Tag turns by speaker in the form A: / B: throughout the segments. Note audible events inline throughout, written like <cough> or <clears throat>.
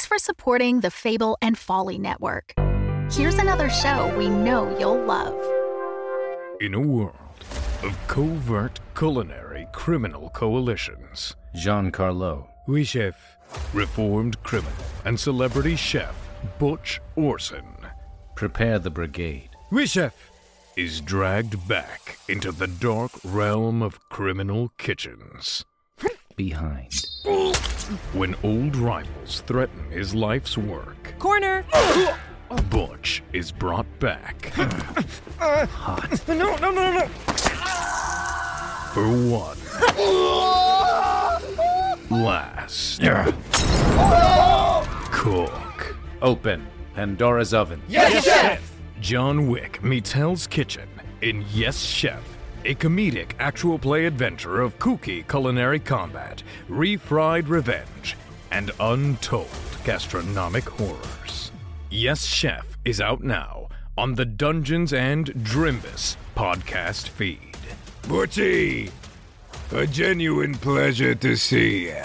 A: for supporting the Fable and Folly Network. Here's another show we know you'll love.
B: In a world of covert culinary criminal coalitions,
C: Jean Carlo.
D: Oui, chef.
B: reformed criminal and celebrity chef Butch Orson
C: Prepare the brigade.
D: Oui, chef.
B: is dragged back into the dark realm of criminal kitchens
C: Behind.
B: when old rivals threaten his life's work.
E: Corner!
B: Butch is brought
C: <sighs>
B: back
D: No, no, no, no.
B: for one last cook.
C: Open. Pandora's oven.
B: John Wick meets Hell's Kitchen in Yes Chef, a comedic actual play adventure of kooky culinary combat, refried revenge, and untold gastronomic horrors. Yes Chef is out now on the Dungeons and Drimbus podcast feed. Butchie, a genuine pleasure to see you.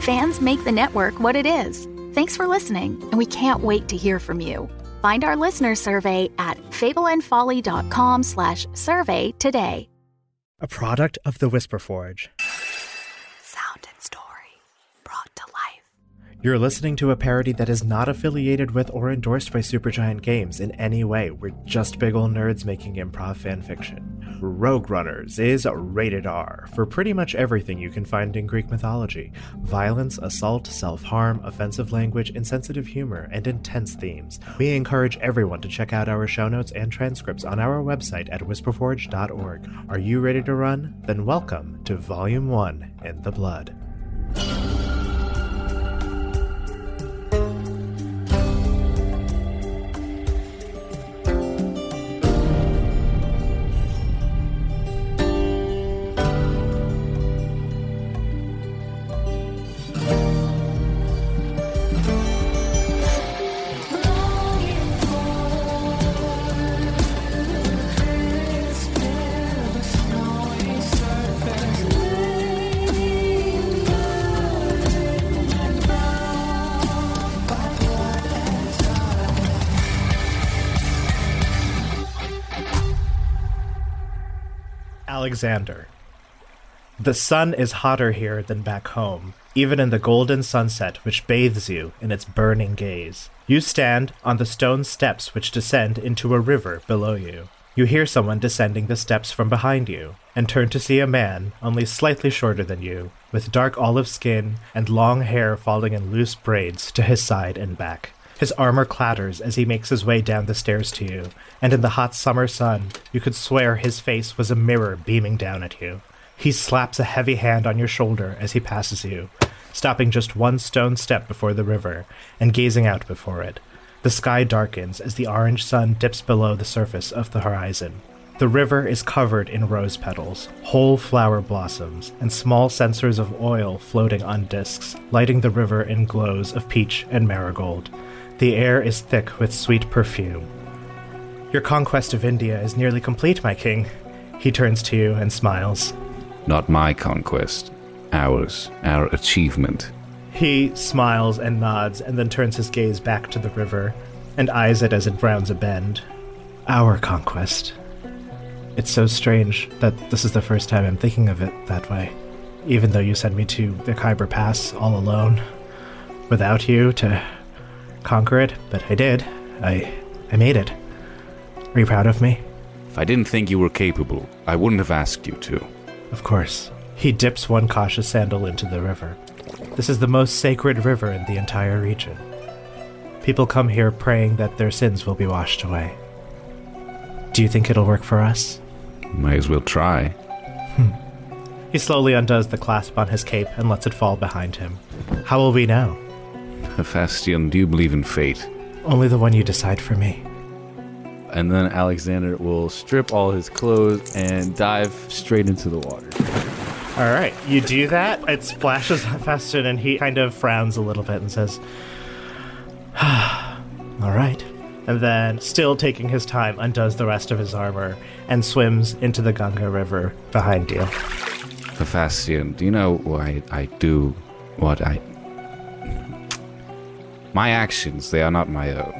A: Fans make the network what it is. Thanks for listening, and we can't wait to hear from you. Find our listener survey at fableandfolly.com slash survey today.
F: a product of the Whisper Forge.
A: Sound and story brought to life.
F: You're listening to a parody that is not affiliated with or endorsed by Supergiant Games in any way. We're just big ol' nerds making improv fanfiction. Rogue Runners is rated R for pretty much everything you can find in Greek mythology violence, assault, self harm, offensive language, insensitive humor, and intense themes. We encourage everyone to check out our show notes and transcripts on our website at whisperforge.org. Are you ready to run? Then welcome to Volume 1 in the Blood. Alexander. The sun is hotter here than back home, even in the golden sunset which bathes you in its burning gaze. You stand on the stone steps which descend into a river below you. You hear someone descending the steps from behind you, and turn to see a man, only slightly shorter than you, with dark olive skin and long hair falling in loose braids to his side and back. His armor clatters as he makes his way down the stairs to you, and in the hot summer sun, you could swear his face was a mirror beaming down at you. He slaps a heavy hand on your shoulder as he passes you, stopping just one stone step before the river and gazing out before it. The sky darkens as the orange sun dips below the surface of the horizon. The river is covered in rose petals, whole flower blossoms, and small censers of oil floating on discs, lighting the river in glows of peach and marigold. The air is thick with sweet perfume. Your conquest of India is nearly complete, my king. He turns to you and smiles.
C: Not my conquest. Ours. Our achievement.
F: He smiles and nods and then turns his gaze back to the river and eyes it as it rounds a bend. Our conquest. It's so strange that this is the first time I'm thinking of it that way. Even though you sent me to the Khyber Pass all alone, without you to conquer it, but I did. I I made it. Are you proud of me?
C: If I didn't think you were capable, I wouldn't have asked you to.
F: Of course. He dips one cautious sandal into the river. This is the most sacred river in the entire region. People come here praying that their sins will be washed away. Do you think it'll work for us?
C: May as well try.
F: He slowly undoes the clasp on his cape and lets it fall behind him. How will we know?
C: Hephaestion, do you believe in fate?
F: Only the one you decide for me.
E: And then Alexander will strip all his clothes and dive straight into the water.
F: All right, you do that. It splashes <laughs> Hephaestion, and he kind of frowns a little bit and says, <sighs> "All right." And then, still taking his time, undoes the rest of his armor and swims into the Ganga River behind you.
C: Hephaestion, do you know why I do what I. My actions, they are not my own.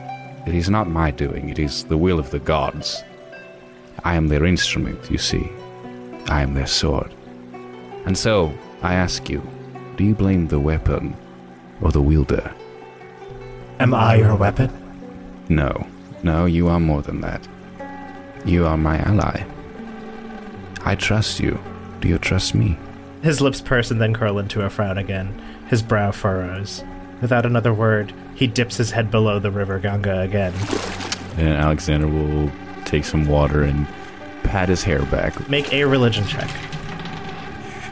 C: It is not my doing, it is the will of the gods. I am their instrument, you see. I am their sword. And so, I ask you do you blame the weapon or the wielder?
F: Am I your weapon?
C: No, no, you are more than that. You are my ally. I trust you. Do you trust me?
F: His lips purse and then curl into a frown again. His brow furrows. Without another word, he dips his head below the river Ganga again.
E: And Alexander will take some water and pat his hair back.
F: Make a religion check.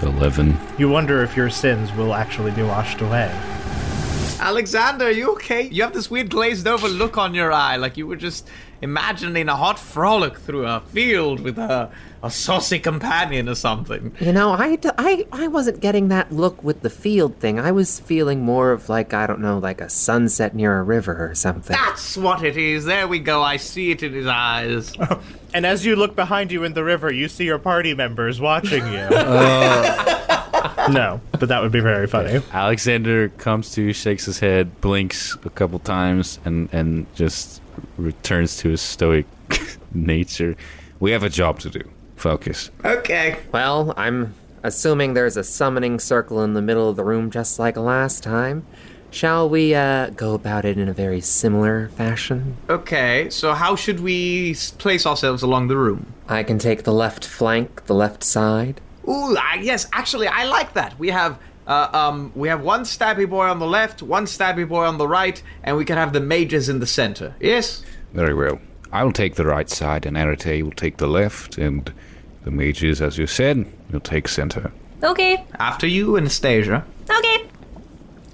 E: 11.
F: You wonder if your sins will actually be washed away.
G: Alexander, are you okay? You have this weird glazed over look on your eye, like you were just imagining a hot frolic through a field with a, a saucy companion or something.
H: You know, I, d- I, I wasn't getting that look with the field thing. I was feeling more of like, I don't know, like a sunset near a river or something.
G: That's what it is. There we go. I see it in his eyes.
F: <laughs> And as you look behind you in the river, you see your party members watching you.
E: <laughs>
F: no, Uh. but that would be very funny.
E: Alexander comes to, shakes his head, blinks a couple times, and, and just returns to his stoic <laughs> nature.
C: We have a job to do. Focus.
G: Okay.
H: Well, I'm assuming there's a summoning circle in the middle of the room just like last time. Shall we uh, go about it in a very similar fashion?
G: Okay. So, how should we s- place ourselves along the room?
H: I can take the left flank, the left side.
G: Ooh, I, yes. Actually, I like that. We have. Uh, um, we have one stabby boy on the left, one stabby boy on the right, and we can have the mages in the center. Yes?
C: Very well. I will take the right side, and Arate will take the left, and the mages, as you said, will take center.
I: Okay,
G: After you, Anastasia.
I: okay.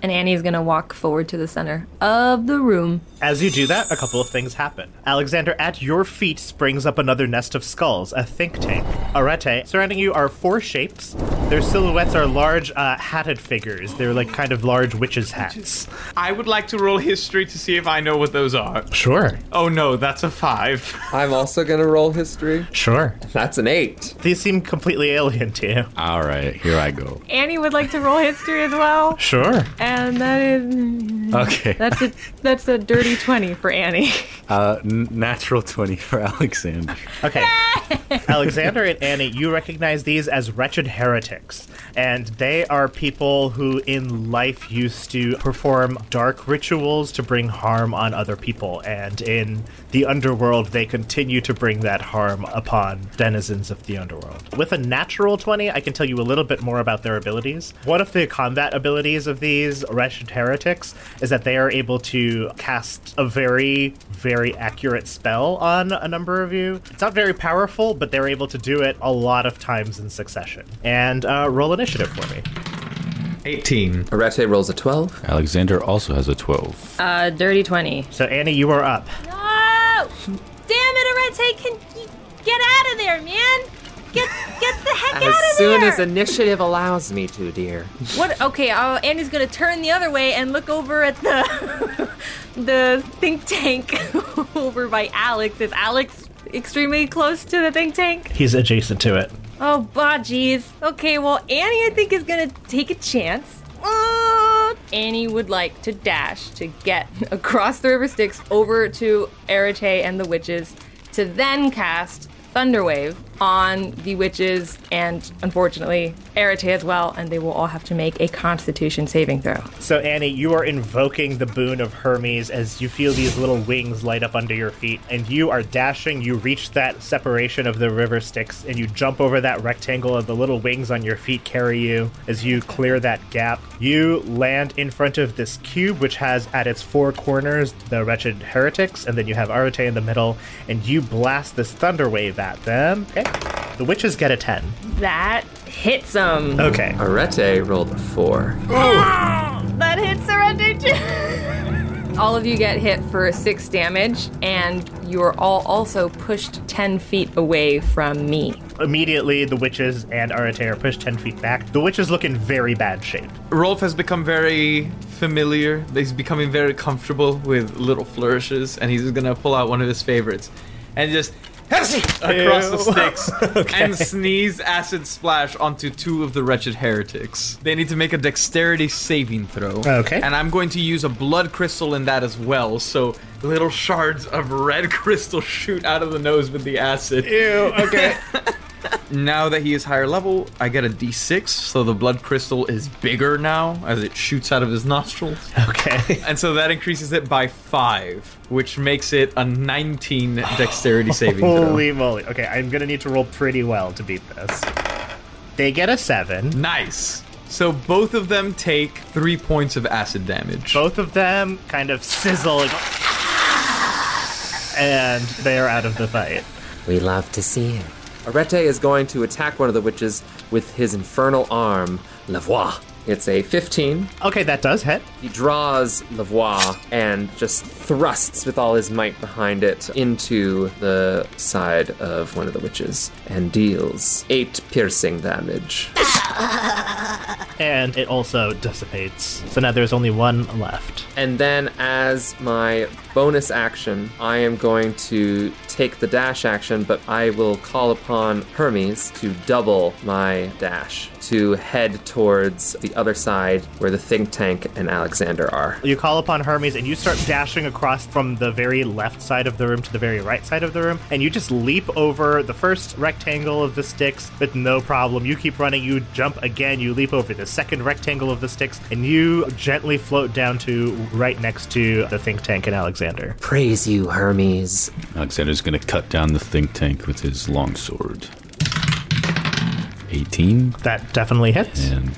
I: And Annie's gonna walk forward to the center of the room.
F: As you do that, a couple of things happen. Alexander, at your feet springs up another nest of skulls, a think tank. Arete, surrounding you are four shapes. Their silhouettes are large uh, hatted figures. They're like kind of large witches' hats.
G: I would like to roll history to see if I know what those are.
F: Sure,
G: Oh no, that's a five.
H: I'm also gonna roll history.
F: sure.
H: That's an eight.
F: These seem completely alien to you.
E: All right, here I go.
I: Annie would like to roll history as well,
F: Sure.
I: and that is
E: Okay.
I: that's a that's a dirty twenty for Annie. <laughs>
E: Uh, n- natural 20 for Alexander.
F: Okay. Alexander and Annie, you recognize these as wretched heretics. And they are people who in life used to perform dark rituals to bring harm on other people. And in the underworld, they continue to bring that harm upon denizens of the underworld. With a natural 20, I can tell you a little bit more about their abilities. One of the combat abilities of these wretched heretics is that they are able to cast a very, very accurate spell on a number of you. It's not very powerful, but they're able to do it a lot of times in succession. And uh, roll initiative for me.
G: 18.
H: Arete rolls a 12.
E: Alexander also has a 12.
I: A Uh, dirty twenty.
F: So, Annie, you are up.
I: No! Damn it, Arete! Can you get out of there, man? Get get the heck out
H: As
I: of
H: soon
I: there!
H: as initiative allows me to, dear.
I: What? Okay, uh, Andy's gonna turn the other way and look over at the <laughs> the think tank <laughs> over by Alex. Is Alex extremely close to the think tank?
F: He's adjacent to it.
I: Oh, bah, jeez. Okay, well, Annie, I think is gonna take a chance. Uh, Annie would like to dash to get <laughs> across the river Styx over to Arete and the witches, to then cast Thunderwave on the witches and unfortunately Arete as well, and they will all have to make a Constitution saving throw.
F: So, Annie, you are invoking the boon of Hermes as you feel these little wings light up under your feet, and you are dashing. You reach that separation of the river Styx, and you jump over that rectangle, and the little wings on your feet carry you as you clear that gap. You land in front of this cube, which has at its four corners the wretched heretics, and then you have Arate in the middle, and you blast this thunder wave at them. Okay. The witches get a 10.
I: That hits him.
F: Okay.
H: Arete rolled a four.
I: That hits Arete too. <laughs> all of you get hit for six damage, and you are all also pushed 10 feet away from me.
F: Immediately, the witches and Arate are pushed 10 feet back. The witches look in very bad shape.
G: Rolf has become very familiar. He's becoming very comfortable with little flourishes, and he's gonna pull out one of his favorites and just "Hepsi!" across the sticks and sneeze acid splash onto two of the wretched heretics. They need to make a dexterity saving throw.
F: Okay.
G: And I'm going to use a blood crystal in that as well, so little shards of red <laughs> crystal shoot out of the nose with the acid.
F: okay.
G: Now that he is higher level, I get a d6, so the blood crystal is bigger now as it shoots out of his nostrils.
F: okay.
G: <laughs> And so that increases it by 5, which makes it a 19
F: <laughs>
G: dexterity saving throw.
F: Holy moly. Okay, I'm gonna need to roll pretty well to beat this. They get a 7.
G: Nice. So both of them take 3 points of acid damage.
F: Both of them kind of sizzle. and- And they are out of the fight.
H: We love to see it. Arete is going to attack one of the witches with his infernal arm, Lavoie. It's a 15.
F: Okay, that does hit.
H: He draws Lavoie and just thrusts with all his might behind it into the side of one of the witches and deals 8 piercing damage.
F: And it also dissipates. So now there's only one left.
H: And then, as my bonus action, I am going to take the dash action, but I will call upon Hermes to double my dash to head towards the other side where the think tank and Alexander are.
F: You call upon Hermes and you start dashing across from the very left side of the room to the very right side of the room, and you just leap over the first rectangle of the sticks with no problem. You keep running, you jump again, you leap over the second rectangle of the sticks, and you gently float down to right next to the think tank and Alexander.
H: Praise you, Hermes.
E: Alexander's gonna cut down the think tank with his longsword. 18.
F: That definitely hits.
E: And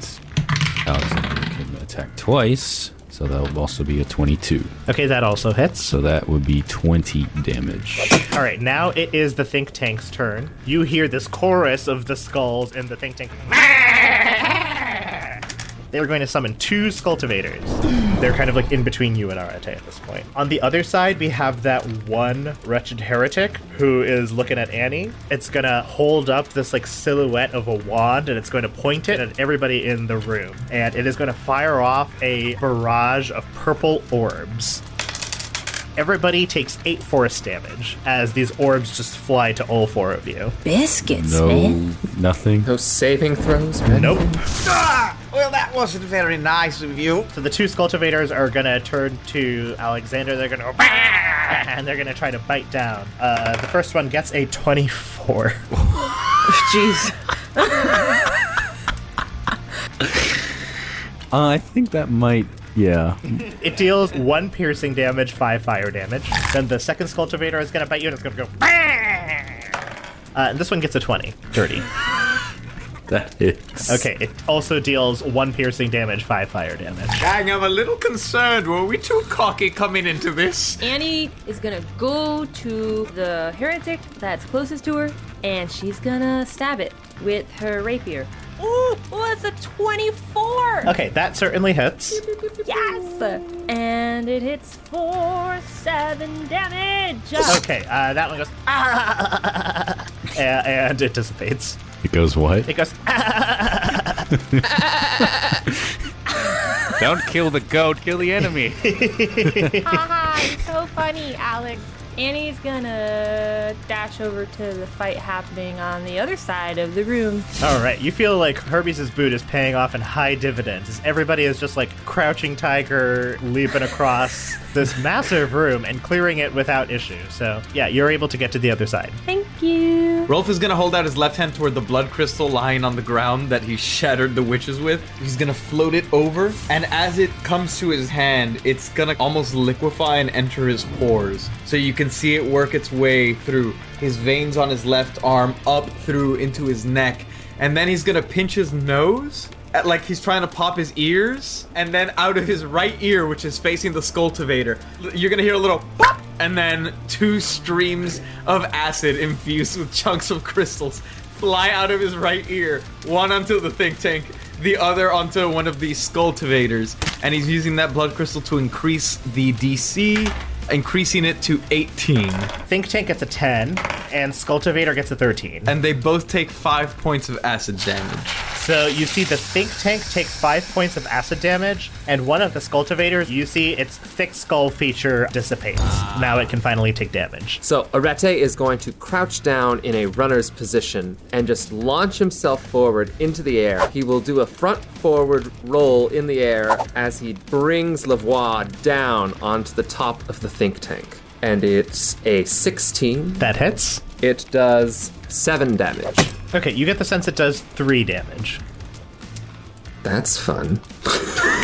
E: Alexander can attack twice, so that will also be a 22.
F: Okay, that also hits.
E: So that would be 20 damage.
F: All right, now it is the think tank's turn. You hear this chorus of the skulls and the think tank. They were going to summon two Scultivators. <gasps> They're kind of like in between you and Arate at this point. On the other side, we have that one wretched heretic who is looking at Annie. It's going to hold up this like silhouette of a wand and it's going to point it at everybody in the room. And it is going to fire off a barrage of purple orbs. Everybody takes eight force damage as these orbs just fly to all four of you.
J: Biscuits, man.
E: No, nothing.
H: No saving throws? Right?
F: Nope.
G: Ah! Well, that wasn't very nice of you.
F: So the two Scultivators are gonna turn to Alexander. They're gonna go, "Bah!" and they're gonna try to bite down. Uh, the first one gets a twenty-four.
I: Jeez.
E: Uh, I think that might. <laughs> Yeah.
F: <laughs> It deals one piercing damage, five fire damage. Then the second Scultivator is gonna bite you, and it's gonna go. "Bah!" Uh, and this one gets a 20. Dirty.
E: That hits.
F: Okay, it also deals one piercing damage, five fire damage.
G: Dang, I'm a little concerned. Were we too cocky coming into this?
I: Annie is gonna go to the heretic that's closest to her, and she's gonna stab it with her rapier. Ooh, ooh that's a 24!
F: Okay, that certainly hits.
I: Yes! And it hits for seven damage!
F: Okay, uh, that one goes. "Ah!" A- and it dissipates.
E: It goes what?
F: It goes.
E: <laughs>
F: ah.
E: Don't kill the goat, kill the
C: <laughs>
E: enemy.
I: Haha, you're so funny, Alex. Annie's gonna dash over to the fight happening on the other side of the room.
F: All right, you feel like Hermes' boot is paying off in high dividends. as Everybody is just like crouching tiger, leaping across this massive room and clearing it without issue. So, yeah, you're able to get to the other side.
I: Thank you.
G: Rolf is gonna hold out his left hand toward the blood crystal lying on the ground that he shattered the witches with. He's gonna float it over, and as it comes to his hand, it's gonna almost liquefy and enter his pores. So you can see it work its way through his veins on his left arm, up through into his neck, and then he's gonna pinch his nose. At, like he's trying to pop his ears, and then out of his right ear, which is facing the Scultivator, you're gonna hear a little pop and then two streams of acid infused with chunks of crystals fly out of his right ear, one onto the think tank, the other onto one of these cultivators, and he's using that blood crystal to increase the DC, increasing it to 18.
F: Think Tank gets a 10, and Sculptivator gets a 13.
G: And they both take five points of acid damage.
F: So you see the Think Tank take 5 points of acid damage, and one of the Sculptivators, you see its thick skull feature dissipates. Now it can finally take damage.
H: So Arete is going to crouch down in a runner's position and just launch himself forward into the air. He will do a front forward roll in the air as he brings Lavoie down onto the top of the think tank. And it's a 16.
F: That hits.
H: It does 7 damage.
F: Okay, you get the sense it does 3
G: <laughs>
F: damage.
H: That's fun.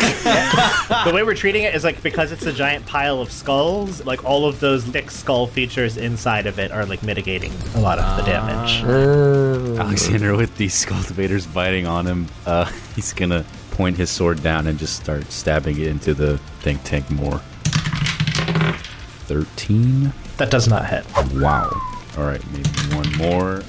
F: The way we're treating it is like because it's a giant pile of skulls, like all of those thick skull features inside of it are like mitigating a lot of the damage.
H: Oh.
E: Alexander with these cultivators biting on him. Uh, <laughs> he's gonna point his sword down and just start stabbing it into the think tank more. Thirteen.
F: That does not hit.
E: Wow. All right, maybe one more.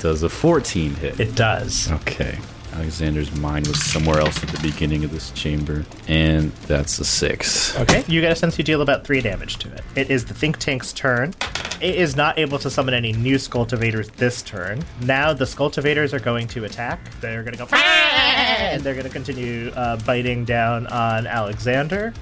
E: Does a fourteen hit?
F: It does.
E: Okay. Alexander's mind was somewhere else at the beginning of this chamber, and that's a six.
F: Okay, you get a sense you deal about three damage to it. It is the think tank's turn. It is not able to summon any new Sculptivators this turn. Now the Sculptivators are going to attack. They're going to go. <laughs> and they're going to continue uh, biting down on Alexander.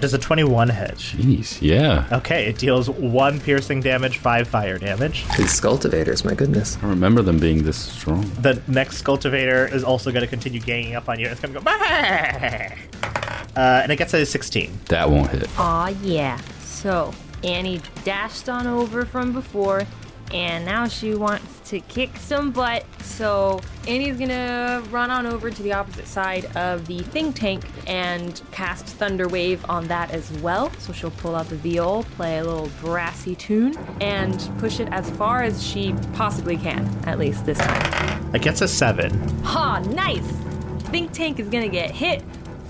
F: Does a 21 hit?
E: Jeez, yeah.
F: Okay, it deals one piercing damage, five fire damage.
H: These cultivators, my goodness.
E: I remember them being this strong.
F: The next cultivator is also going to continue ganging up on you. It's going to go. <laughs> Uh, and it gets a 16.
E: That won't hit.
I: Aw, yeah. So, Annie dashed on over from before, and now she wants to kick some butt. So, Annie's gonna run on over to the opposite side of the think tank and cast Thunder Wave on that as well. So, she'll pull out the viol, play a little brassy tune, and push it as far as she possibly can, at least this time.
F: It gets a 7.
I: Ha, nice! Think Tank is gonna get hit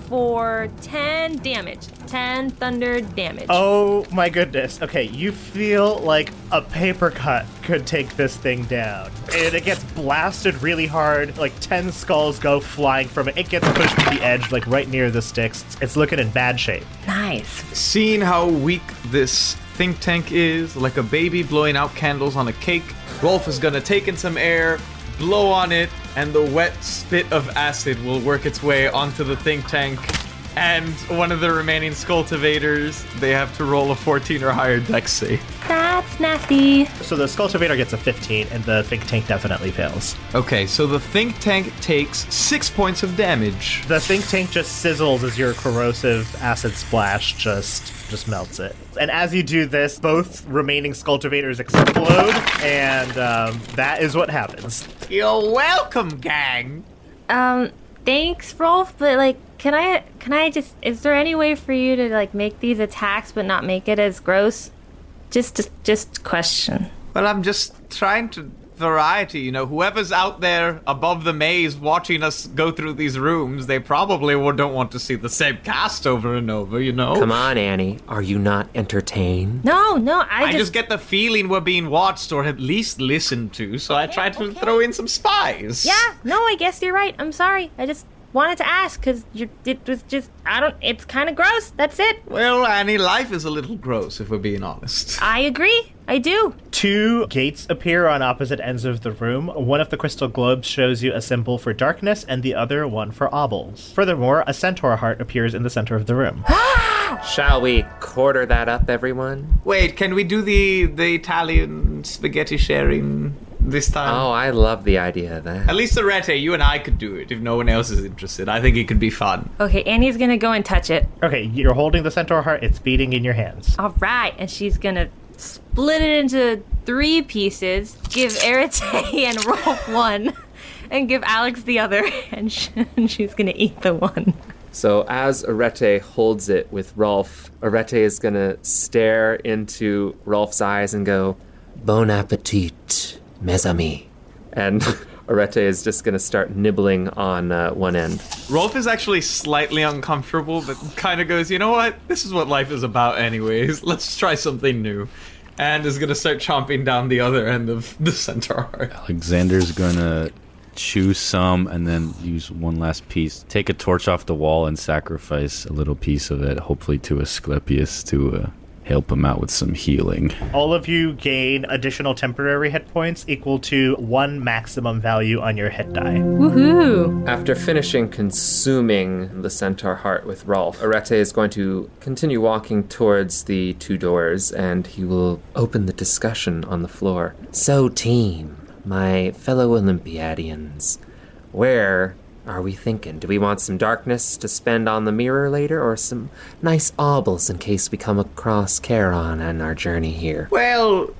I: for 10 damage. 10 thunder damage.
F: Oh my goodness. Okay, you feel like a paper cut could take this thing down. And it gets blasted really hard. Like 10 skulls go flying from it. It gets pushed to the edge, like right near the sticks. It's looking in bad shape.
I: Nice.
G: Seeing how weak this think tank is, like a baby blowing out candles on a cake, Rolf is gonna take in some air, blow on it, and the wet spit of acid will work its way onto the think tank. And one of the remaining scultivators, they have to roll a 14 or higher dex save.
I: That's nasty.
F: So the Sculptivator gets a 15, and the Think Tank definitely fails.
G: Okay, so the think tank takes six points of damage.
F: The think tank just sizzles as your corrosive acid splash just just melts it. And as you do this, both remaining sculptivators explode, and um, that is what happens.
G: You're welcome, gang.
I: Um, thanks, Rolf, but like, can I, can I just, is there any way for you to like make these attacks but not make it as gross? Just, just, just question.
G: Well, I'm just trying to variety, you know, whoever's out there above the maze watching us go through these rooms, they probably will- don't want to see the same cast over and over, you know.
H: Come on, Annie. Are you not entertained?
I: No, no, I,
G: I just get the feeling we're being watched or at least listened to, so I tried to throw in some spies.
I: yeah, no, I guess you're right. I'm sorry. I just wanted to ask because you, it was just, I don't, it's kind of gross. That's it.
G: Well, Annie, life is a little gross if we're being honest.
I: I agree. I do.
F: Two gates appear on opposite ends of the room. One of the crystal globes shows you a symbol for darkness, and the other one for obels. Furthermore, a centaur heart appears in the center of the room.
H: <gasps> Shall we quarter that up, everyone?
G: Wait, can we do the the Italian spaghetti sharing this time?
H: Oh, I love the idea of
G: At
H: that.
G: least Arete, you and I could do it if no one else is interested. I think it could be fun.
I: Okay, Annie's gonna go and touch it.
F: Okay, you're holding the centaur heart. It's beating in your hands.
I: All right, and she's gonna split it into three pieces, give Arate <laughs> and Rolf one, and give Alex the other, <laughs> and, sh- and she's gonna eat the one.
H: So as Arete holds it with Rolf, Arete is gonna stare into Rolf's eyes and go, Bon appetit, mes amis. And <laughs> Arete is just gonna start nibbling on uh, one end.
G: Rolf is actually slightly <laughs> uncomfortable, but kind of goes, you know what? This is what life is about, anyways. Let's try something new. and is gonna start chomping down the other end of <laughs> the centaur.
E: Alexander's gonna choose some and then use one last piece. Take a torch off the wall and sacrifice a little piece of it, hopefully to Asclepius to uh, help him out with some healing.
F: All of you gain additional temporary hit points equal to one maximum value on your hit die.
H: <laughs>
I: Woohoo!
H: After finishing consuming the centaur heart with Rolf, Arete is going to continue walking towards the two doors and he will open the discussion on the floor. So, team, my fellow Olympiadians, where are we thinking? Do we want some darkness to spend on the mirror later or some nice aubles in case we come across Charon on our journey here?
G: Well,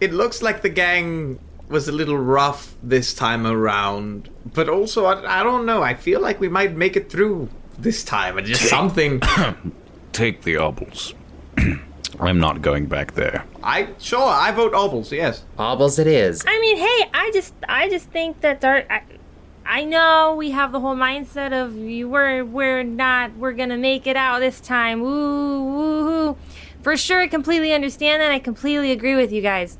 G: it looks like the gang was a little rough this time around, but also I, I don't know. I feel like we might make it through this time. It's just something.
C: Take the obols. <clears throat> I'm <coughs> not going back there.
G: I sure I vote Obels. Yes.
H: Aubles it is.
I: I mean, hey, I just, I just think that dark. I, I know we have the whole mindset of you were, we're not, we're gonna make it out this time. Woo, woohoo! For sure, I completely understand that. I completely agree with you guys.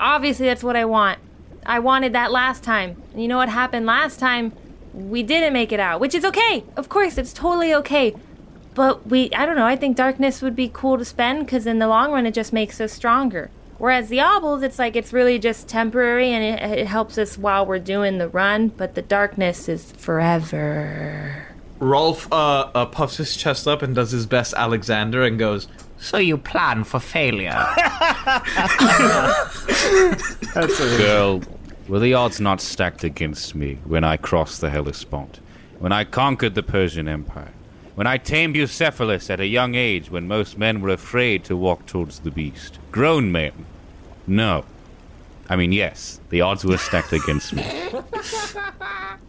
I: Obviously, that's what I want. I wanted that last time. And you know what happened last time? We didn't make it out, which is okay. Of course, it's totally okay. But we, I don't know, I think darkness would be cool to spend because in the long run it just makes us stronger. Whereas the obels, it's like it's really just temporary and it, it helps us while we're doing the run, but the darkness is
E: <laughs>
I: forever.
G: Rolf uh, uh, puffs his chest up and does his best Alexander and goes. So you plan for failure?
E: Girl, were the odds not stacked against me when I crossed the Hellespont? When I conquered the Persian Empire? When I tamed Bucephalus at a young age when most men were afraid to walk towards the beast? Grown men? No. I mean, yes, the odds were stacked against me.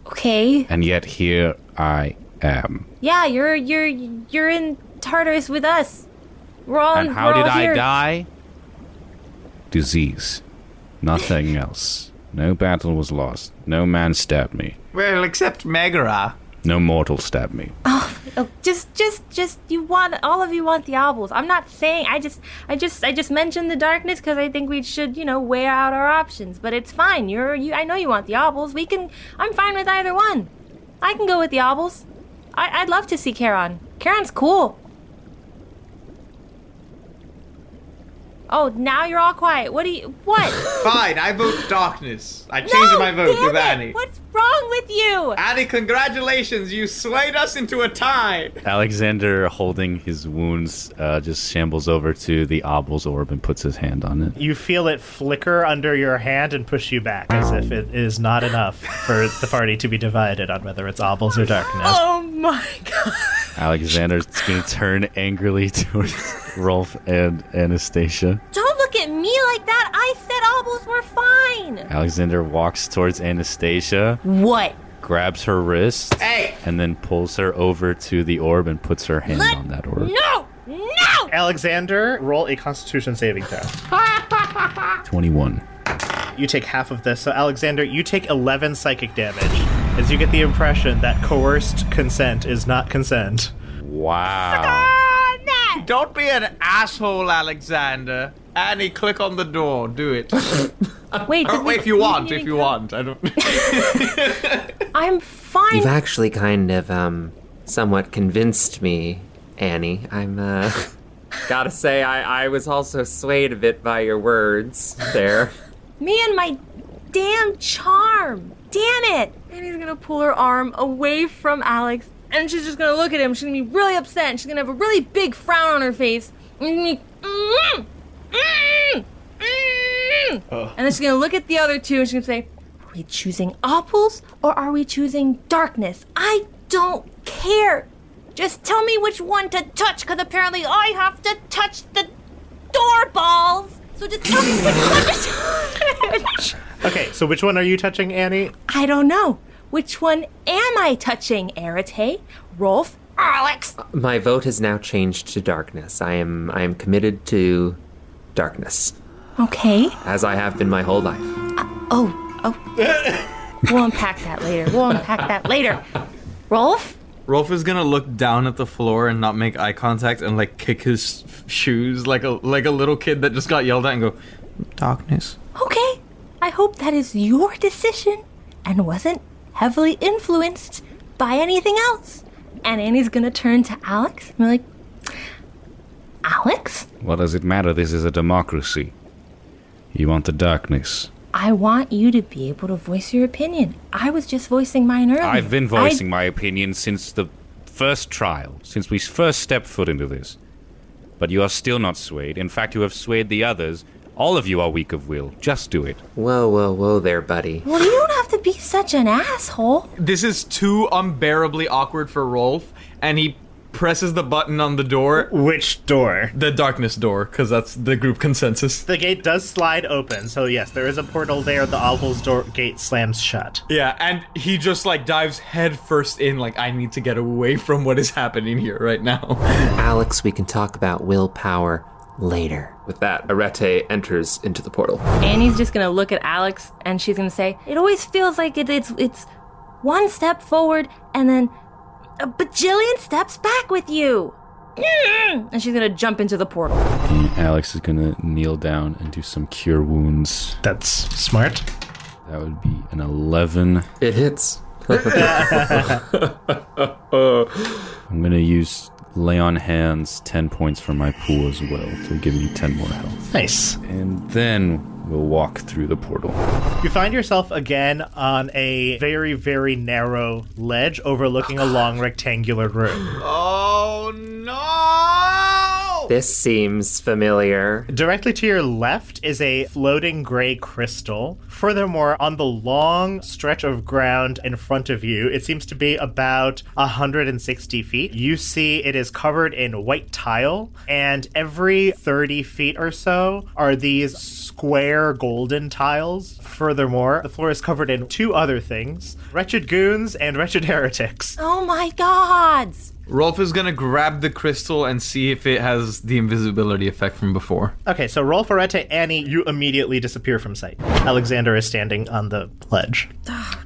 I: Okay.
E: And yet here I am.
I: Yeah, you're you're you're in Tartarus with us. We're all
E: And how
I: we're
E: did
I: all here.
E: I die? Disease. Nothing else. No battle was lost. No man stabbed me.
G: <laughs> well, except Megara.
E: No mortal stabbed me.
I: Oh, just just just you want all of you want the obels. I'm not saying I just I just I just mentioned the darkness because I think we should you know weigh out our options. But it's fine. You're you. I know you want the obels. We can. I'm fine with either one. I can go with the obels. I, I'd love to see Charon. Charon's cool. Oh, now you're all quiet. What do you? What?
G: <laughs> Fine, I vote darkness. I changed
I: No,
G: my vote
I: damn
G: with
I: it.
G: Annie.
I: What's wrong with you?
G: Annie, congratulations! You swayed us into a tie.
E: Alexander, holding his wounds, uh, just shambles over to the Obel's orb and puts his hand on it.
F: You feel it flicker under your hand and push you back as if it is not enough for the party to be divided on whether it's obels or darkness.
I: Oh my god.
E: Alexander's going to turn angrily <laughs> towards Rolf and Anastasia.
I: Don't look at me like that. I said obels were fine.
E: Alexander walks towards Anastasia,
I: What?
E: grabs her wrist,
G: Hey!
E: and then pulls her over to the orb and puts her hand
I: Let-
E: on that orb.
I: No! No!
F: Alexander, roll a constitution saving throw.
E: 21.
F: You take half of this. So, Alexander, you take 11 psychic damage as you get the impression that coerced consent is not consent.
E: Wow.
I: Ah, Nat!
G: Don't be an asshole, Alexander. Annie, click on the door. Do it.
I: <laughs> Wait, did
G: Or,
I: we-
G: wait, if you
I: we
G: want,
I: didn't
G: if you
I: even-
G: want. I don't. <laughs>
I: I'm fine.
H: You've actually kind of um somewhat convinced me, Annie. I'm uh <laughs> gotta say I, I was also swayed a bit by your words there. <laughs>
I: me and my damn charm. Damn it! And he's gonna pull her arm away from Alex, and she's just gonna look at him. She's gonna be really upset, and she's gonna have a really big frown on her face. And gonna be, "Mm, mm, mm." And then she's gonna look at the other two, and she's gonna say, "Are we choosing apples or are we choosing darkness? I don't care. Just tell me which one to touch, because apparently I have to touch the door balls. So just tell me which one to touch."
F: Okay, so which one are you touching, Annie?
I: I don't know. Which one am I touching, Arate? Rolf? Alex?
H: My vote has now changed to darkness. I am I am committed to darkness.
I: Okay.
H: As I have been my whole life.
I: Oh, oh. we'll unpack that later. We'll unpack that later. Rolf?
G: Rolf is gonna look down at the floor and not make eye contact and like kick his shoes like a like a little kid that just got yelled at and go, darkness.
I: Okay, I hope that is your decision and wasn't heavily influenced by anything else. And Annie's gonna turn to Alex and be like, Alex,
C: What does it matter? This is a democracy. You want the darkness.
I: I want you to be able to voice your opinion. I was just voicing mine earlier.
E: I've been
I: I-
E: voicing my opinion since the first trial, since we first stepped foot into this. But you are still not swayed. In fact, you have swayed the others. All of you are weak of will. Just do it.
H: Whoa, whoa, whoa there, buddy.
I: Well, you don't have to be such an asshole.
G: This is too unbearably awkward for Rolf, and he presses the button on the door,
F: Which door?
G: the darkness door, because that's the group consensus.
F: The gate does slide open, so yes, there is a portal there. The owl's door gate slams shut.
G: Yeah, and he just like dives headfirst in, like I need to get away from what is happening here right now. <laughs>
H: Alex, we can talk about willpower later. With that, Arete enters into the portal.
I: Annie's just gonna look at Alex and she's gonna say, "It always feels like it, it's it's one step forward and then a bajillion steps back with you." <clears throat> and she's gonna jump into the portal.
J: And Alex is gonna kneel down and do some cure wounds.
F: That's smart.
J: That would be an 11.
H: It
J: <laughs>
H: hits. <laughs>
J: I'm gonna use lay on hands 10 points from my pool as well to give me 10 more health.
F: Nice.
J: And then we'll walk through the portal.
F: You find yourself again on a very, very narrow ledge overlooking a long rectangular room.
G: oh no!
H: This seems familiar.
F: Directly to your left is a floating gray crystal. Furthermore, on the long stretch of ground in front of you, it seems to be about 160 feet. You see it is covered in white tile, and every 30 feet or so are these square golden tiles. Furthermore, the floor is covered in two other things wretched goons and wretched heretics.
I: Oh my gods!
G: Rolf is gonna grab the crystal and see if it has the invisibility effect from before.
F: Okay, so roll for Rete, Annie. You immediately disappear from sight. Alexander is standing on the ledge.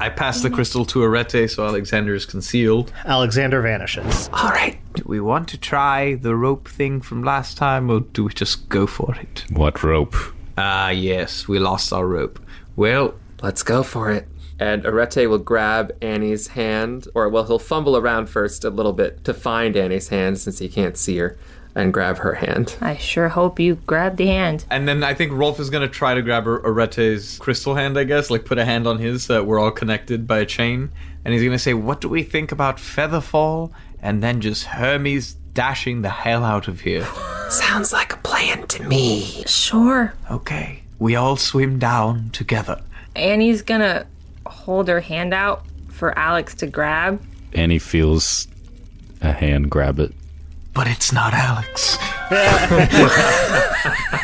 G: I pass the crystal to Arete so Alexander is concealed.
F: Alexander vanishes.
G: All right. Do we want to try the rope thing from last time, or do we just go for it?
C: What rope?
G: Ah, yes, we lost our rope. Well,
H: Let's go for it. And Arete will grab Annie's hand, or well, he'll fumble around first a little bit to find Annie's hand since he can't see her, and grab her hand.
I: I sure hope you grab the hand.
G: and then I think Rolf is gonna try to grab Ar- Arete's crystal hand. I guess, like put a hand on his so that we're all connected by a chain. And he's gonna say, "What do we think about Featherfall?" And then just Hermes dashing the hell out of here.
H: Sounds like a plan to <laughs> me.
I: Sure.
G: okay, we all swim down together.
I: Annie's gonna hold her hand out for Alex to grab.
J: Annie feels a hand grab it.
G: But it's not Alex.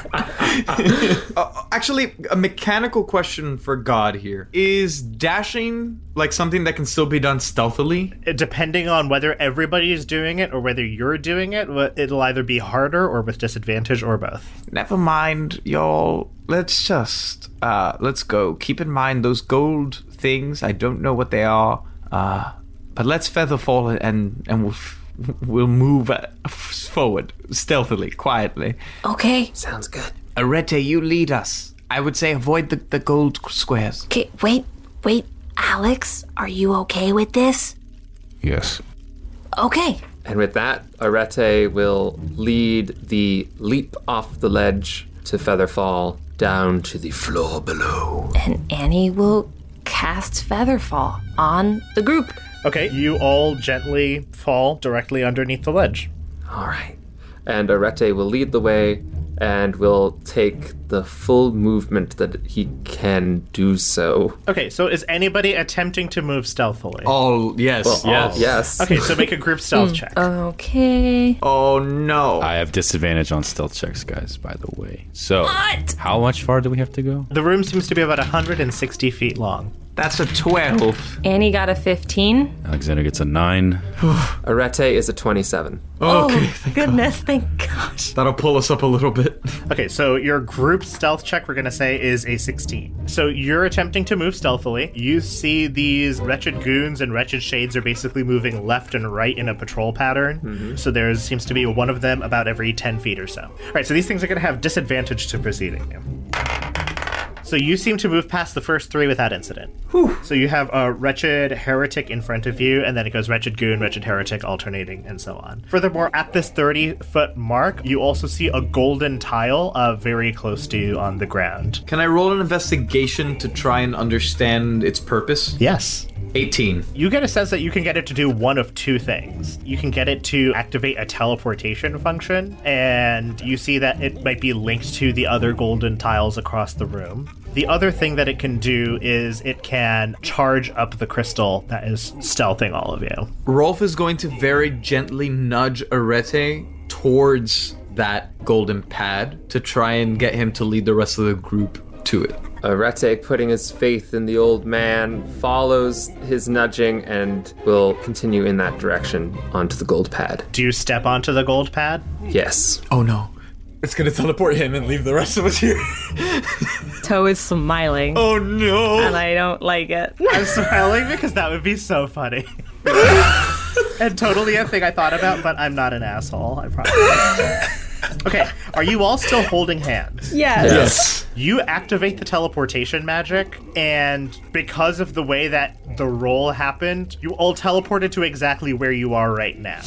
G: <laughs> Uh, Actually, a mechanical question for God here. Is dashing like something that can still be done stealthily?
F: Depending on whether everybody is doing it or whether you're doing it, wh- it'll either be harder or with disadvantage or both.
G: Never mind, y'all. Let's just uh let's go. Keep in mind those gold things, I don't know what they are. Uh but let's feather fall and and we'll f- we'll move uh, forward stealthily, quietly.
I: Okay.
H: Sounds good.
G: Arete, you lead us. I would say avoid the, the gold squares.
I: Okay, wait, wait. Alex, are you okay with this?
C: Yes.
I: Okay.
H: And with that, Arete will lead the leap off the ledge to Featherfall down to the floor below.
I: And Annie will cast Featherfall on the group.
F: Okay, you all gently fall directly underneath the ledge.
H: All right. And Arete will lead the way and will take the full movement that he can do so.
F: Okay, so is anybody attempting to move stealthily?
G: Oh yes, yes.
H: Yes.
F: Okay, so make a group stealth check.
I: Hmm, Okay.
G: <laughs> Oh no.
J: I have disadvantage on stealth checks, guys, by the way. So, how much far do we have to go?
F: The room seems to be about 160 feet long.
G: That's a 12.
I: Annie got a 15.
J: Alexander gets a nine.
H: <sighs> Arete is a 27.
G: Okay.
I: Oh, goodness, thank God.
G: That'll pull us up a little bit.
F: Okay, so your group stealth check, we're going to say, is a 16. So you're attempting to move stealthily. You see these wretched goons and wretched shades are basically moving left and right in a patrol pattern.
G: Mm-hmm.
F: So there seems to be one of them about every 10 feet or so. All right, so these things are going to have disadvantage to preceding you. So you seem to move past the first three without incident. So you have a wretched heretic in front of you, and then it goes wretched goon, wretched heretic, alternating, and so on. Furthermore, at this 30 foot mark, you also see a golden tile uh, very close to you on the ground.
G: Can I roll an investigation to try and understand its purpose?
F: Yes.
G: 18.
F: You get a sense that you can get it to do one of two things. You can get it to activate a teleportation function, and you see that it might be linked to the other golden tiles across the room. The other thing that it can do is it can charge up the crystal that is stealthing all of you.
G: Rolf is going to very gently nudge Arete towards that golden pad to try and get him to lead the rest of the group to it.
H: Arete, putting his faith in the old man, follows his nudging and will continue in that direction onto the gold pad.
F: Do you step onto the gold pad?
H: Yes.
G: Oh no. It's gonna teleport him and leave the rest of us here.
I: Toe is smiling,
G: oh no.
I: and I don't like it.
F: <laughs> I'm smiling because that would be so funny. and totally a thing I thought about, but I'm not an asshole, I promise. okay, are you all still holding hands?
I: yes.
G: Yes.
F: You activate the teleportation magic, and because of the way that the roll happened, you all teleported to exactly where you are right now.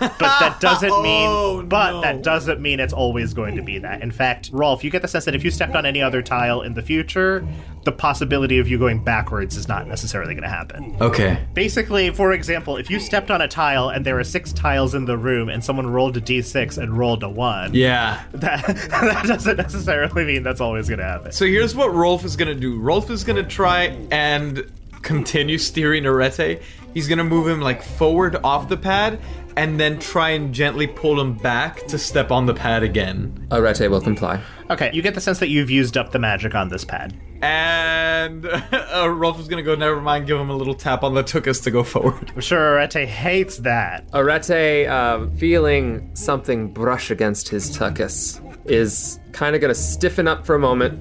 F: But that doesn't mean. but that doesn't mean it's always going to be that. In fact, Rolf, you get the sense that if you stepped on any other tile in the future, the possibility of you going backwards is not necessarily going to happen.
G: Okay.
F: Basically, for example, if you stepped on a tile and there were six tiles in the room, and someone rolled a d6 and rolled a one,
G: Yeah.
F: that, <laughs> that doesn't necessarily mean that's always going to happen.
G: So here's what Rolf is gonna do. Rolf is gonna try and continue steering Arete. He's gonna move him like forward off the pad and then try and gently pull him back to step on the pad again.
H: Arete will comply.
F: Okay, you get the sense that you've used up the magic on this pad.
G: And <laughs> uh, Rolf is gonna go, never mind, give him a little tap on the tuchus to go forward.
F: I'm sure Arete hates that.
H: Arete, uh, feeling something brush against his tuchus, is kind of going to stiffen up for a moment.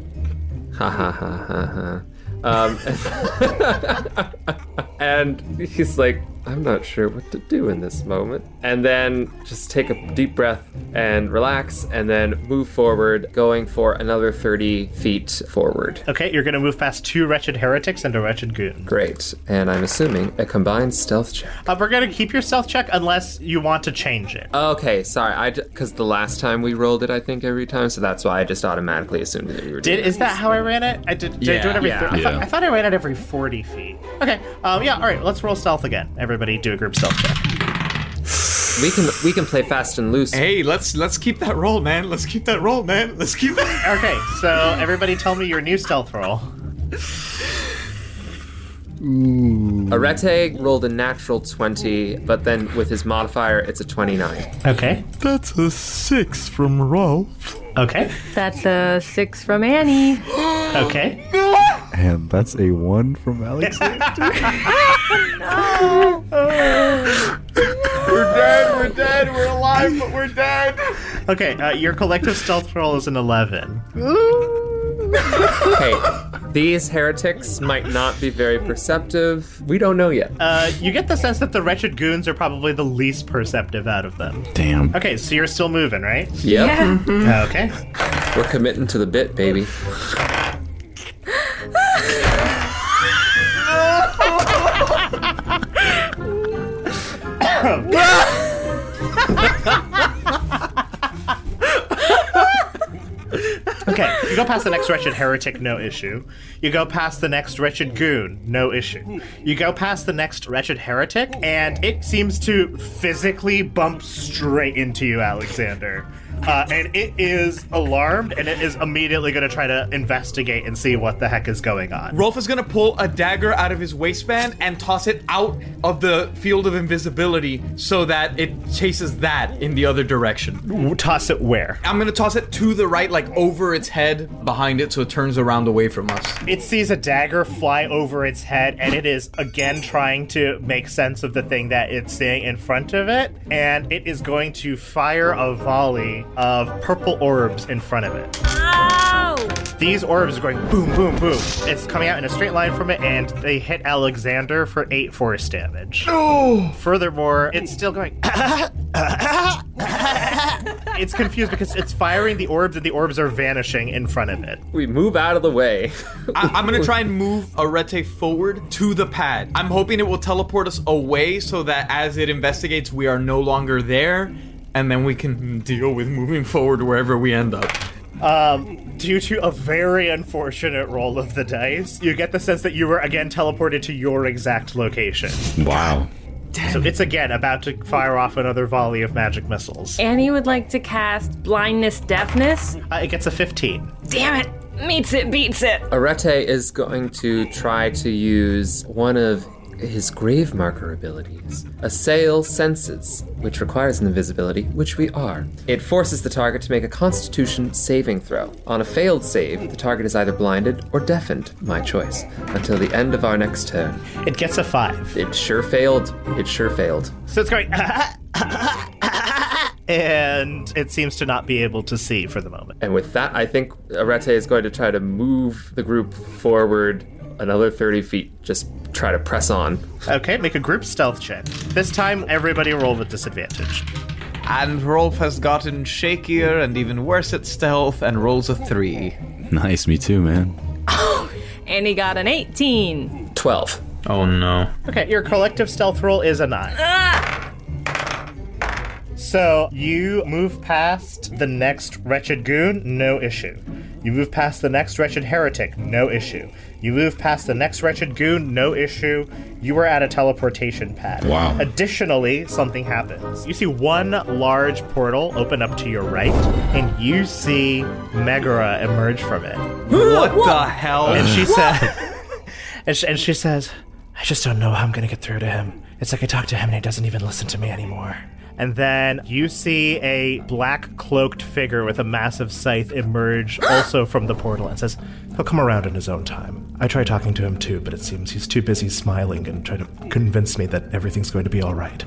H: Ha ha ha ha ha. Um, <laughs> and he's like, I'm not sure what to do in this moment. And then just take a deep breath and relax, and then move forward, going for another 30 feet forward.
F: Okay, you're going to move past two wretched heretics and a wretched goon.
H: Great. And I'm assuming a combined stealth check.
F: Uh, we're going to keep your stealth check unless you want to change it.
H: Okay, sorry. I because the last time we rolled it, I think every time, so that's why I just automatically assumed that we were.
F: Did
H: doing
F: is that how I ran it? I did. Did I do it every?
H: Yeah.
F: thir- I, thought,
J: Yeah.
F: I thought I ran it every forty feet. Okay. Um. Yeah. All right. Let's roll stealth again. Everybody, do a group stealth check.
H: We can we can play fast and loose.
G: Hey, let's let's keep that roll, man. Let's keep that roll, man. Let's keep that.
F: <laughs> Okay. So everybody, tell me your new stealth roll.
H: Arete rolled a natural twenty, but then with his modifier, it's a twenty-nine.
F: Okay.
D: That's a six from Rolf.
F: Okay.
I: That's a six from Annie.
F: <gasps> Okay.
I: <laughs>
J: And that's a one from Alex.
G: We're dead. We're dead. We're alive, but we're dead.
F: <laughs> Okay. Uh, your collective stealth roll is an eleven.
H: Hey, these heretics might not be very perceptive. We don't know yet.
F: Uh, you get the sense that the wretched goons are probably the least perceptive out of them.
J: Damn.
F: Okay. So you're still moving, right? Mm-hmm.
I: Yeah.
H: yep,
F: Okay.
H: we're committing to the bit, baby.
F: Okay. You go past the next wretched heretic, no issue. You go past the next wretched goon, no issue. You go past the next wretched heretic, and it seems to physically bump straight into you, Alexander. Uh, and it is alarmed and it is immediately going to try to investigate and see what the heck is going on.
G: Rolf is gonna pull a dagger out of his waistband and toss it out of the field of invisibility so that it chases that in the other direction.
F: W- Toss it where?
G: I'm gonna toss it to the right, like over its head, behind it, so it turns around away from us.
F: It sees a dagger fly over its head and it is again trying to make sense of the thing that it's seeing in front of it. And it is going to fire a volley of purple orbs in front of it.
I: Ow!
F: These orbs are going boom, boom, boom. It's coming out in a straight line from it, and they hit Alexander for eight force damage. No! Furthermore, it's still going. it's confused because it's firing the orbs, and the orbs are vanishing in front of it.
H: We move out of the way.
G: I- I'm gonna try and move Arete forward to the pad. I'm hoping it will teleport us away so that as it investigates, we are no longer there, and then we can deal with moving forward wherever we end up.
F: Um, due to a very unfortunate roll of the dice, you get the sense that you were again teleported to your exact location.
E: Wow.
F: So it's again about to fire off another volley of magic missiles.
I: Annie would like to cast blindness, deafness.
F: Uh, it gets a 15.
I: Damn it! Meets it, beats it.
H: Arete is going to try to use one of his grave marker abilities, assail senses, which requires an invisibility, which we are. It forces the target to make a constitution saving throw. On a failed save, the target is either blinded or deafened, my choice, until the end of our next turn.
F: It gets a 5.
H: It sure failed. It sure failed.
F: So it's going. <laughs> and it seems to not be able to see for the moment.
H: And with that, I think Arete is going to try to move the group forward another 30 feet, just try to press on.
F: Okay, make a group stealth check. This time, everybody roll with disadvantage.
G: And Rolf has gotten shakier and even worse at stealth and rolls a three.
J: <laughs> Nice, me too, man.
I: Annie got an 18.
H: 12.
G: Oh no.
F: Okay, your collective stealth roll is a 9. So you move past the next wretched goon, no issue. You move past the next wretched heretic, no issue. You move past the next wretched goon, no issue. You were at a teleportation pad.
E: Wow.
F: Additionally, something happens. You see one large portal open up to your right, and you see Megara emerge from it.
G: What the hell?
F: And she says, and, she, and she says, I just don't know how I'm gonna get through to him. It's like I talk to him and he doesn't even listen to me anymore. And then you see a black cloaked figure with a massive scythe <gasps> emerge also from the portal and says, He'll come around in his own time. I try talking to him too, but it seems he's too busy smiling and trying to convince me that everything's going to be alright.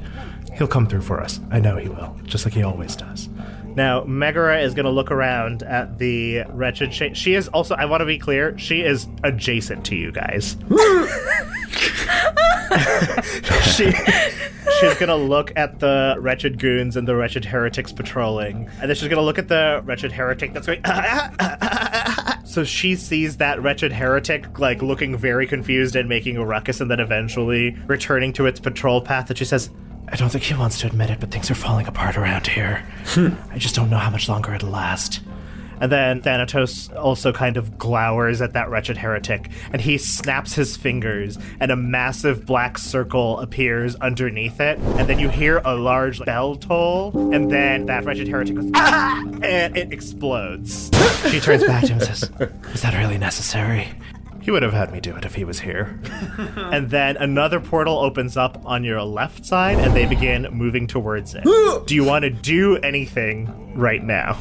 F: He'll come through for us. I know he will, just like he always does. Now, Megara is going to look around at the wretched shape. She is also, I want to be clear, she is adjacent to you <laughs> guys. <laughs> she she's gonna look at the wretched goons and the wretched heretics patrolling and then she's gonna look at the wretched heretic that's going <laughs> so she sees that wretched heretic like looking very confused and making a ruckus and then eventually returning to its patrol path and she says I don't think he wants to admit it, but things are falling apart around here. I just don't know how much longer it'll last. And then Thanatos also kind of glowers at that wretched heretic, and he snaps his fingers, and a massive black circle appears underneath it. And then you hear a large bell toll, and then that wretched heretic goes, ah! And it explodes. she turns back to him and says, Was that really necessary? He would have had me do it if he was here. and then another portal opens up on your left side, and they begin moving towards it. do you want to do anything right now?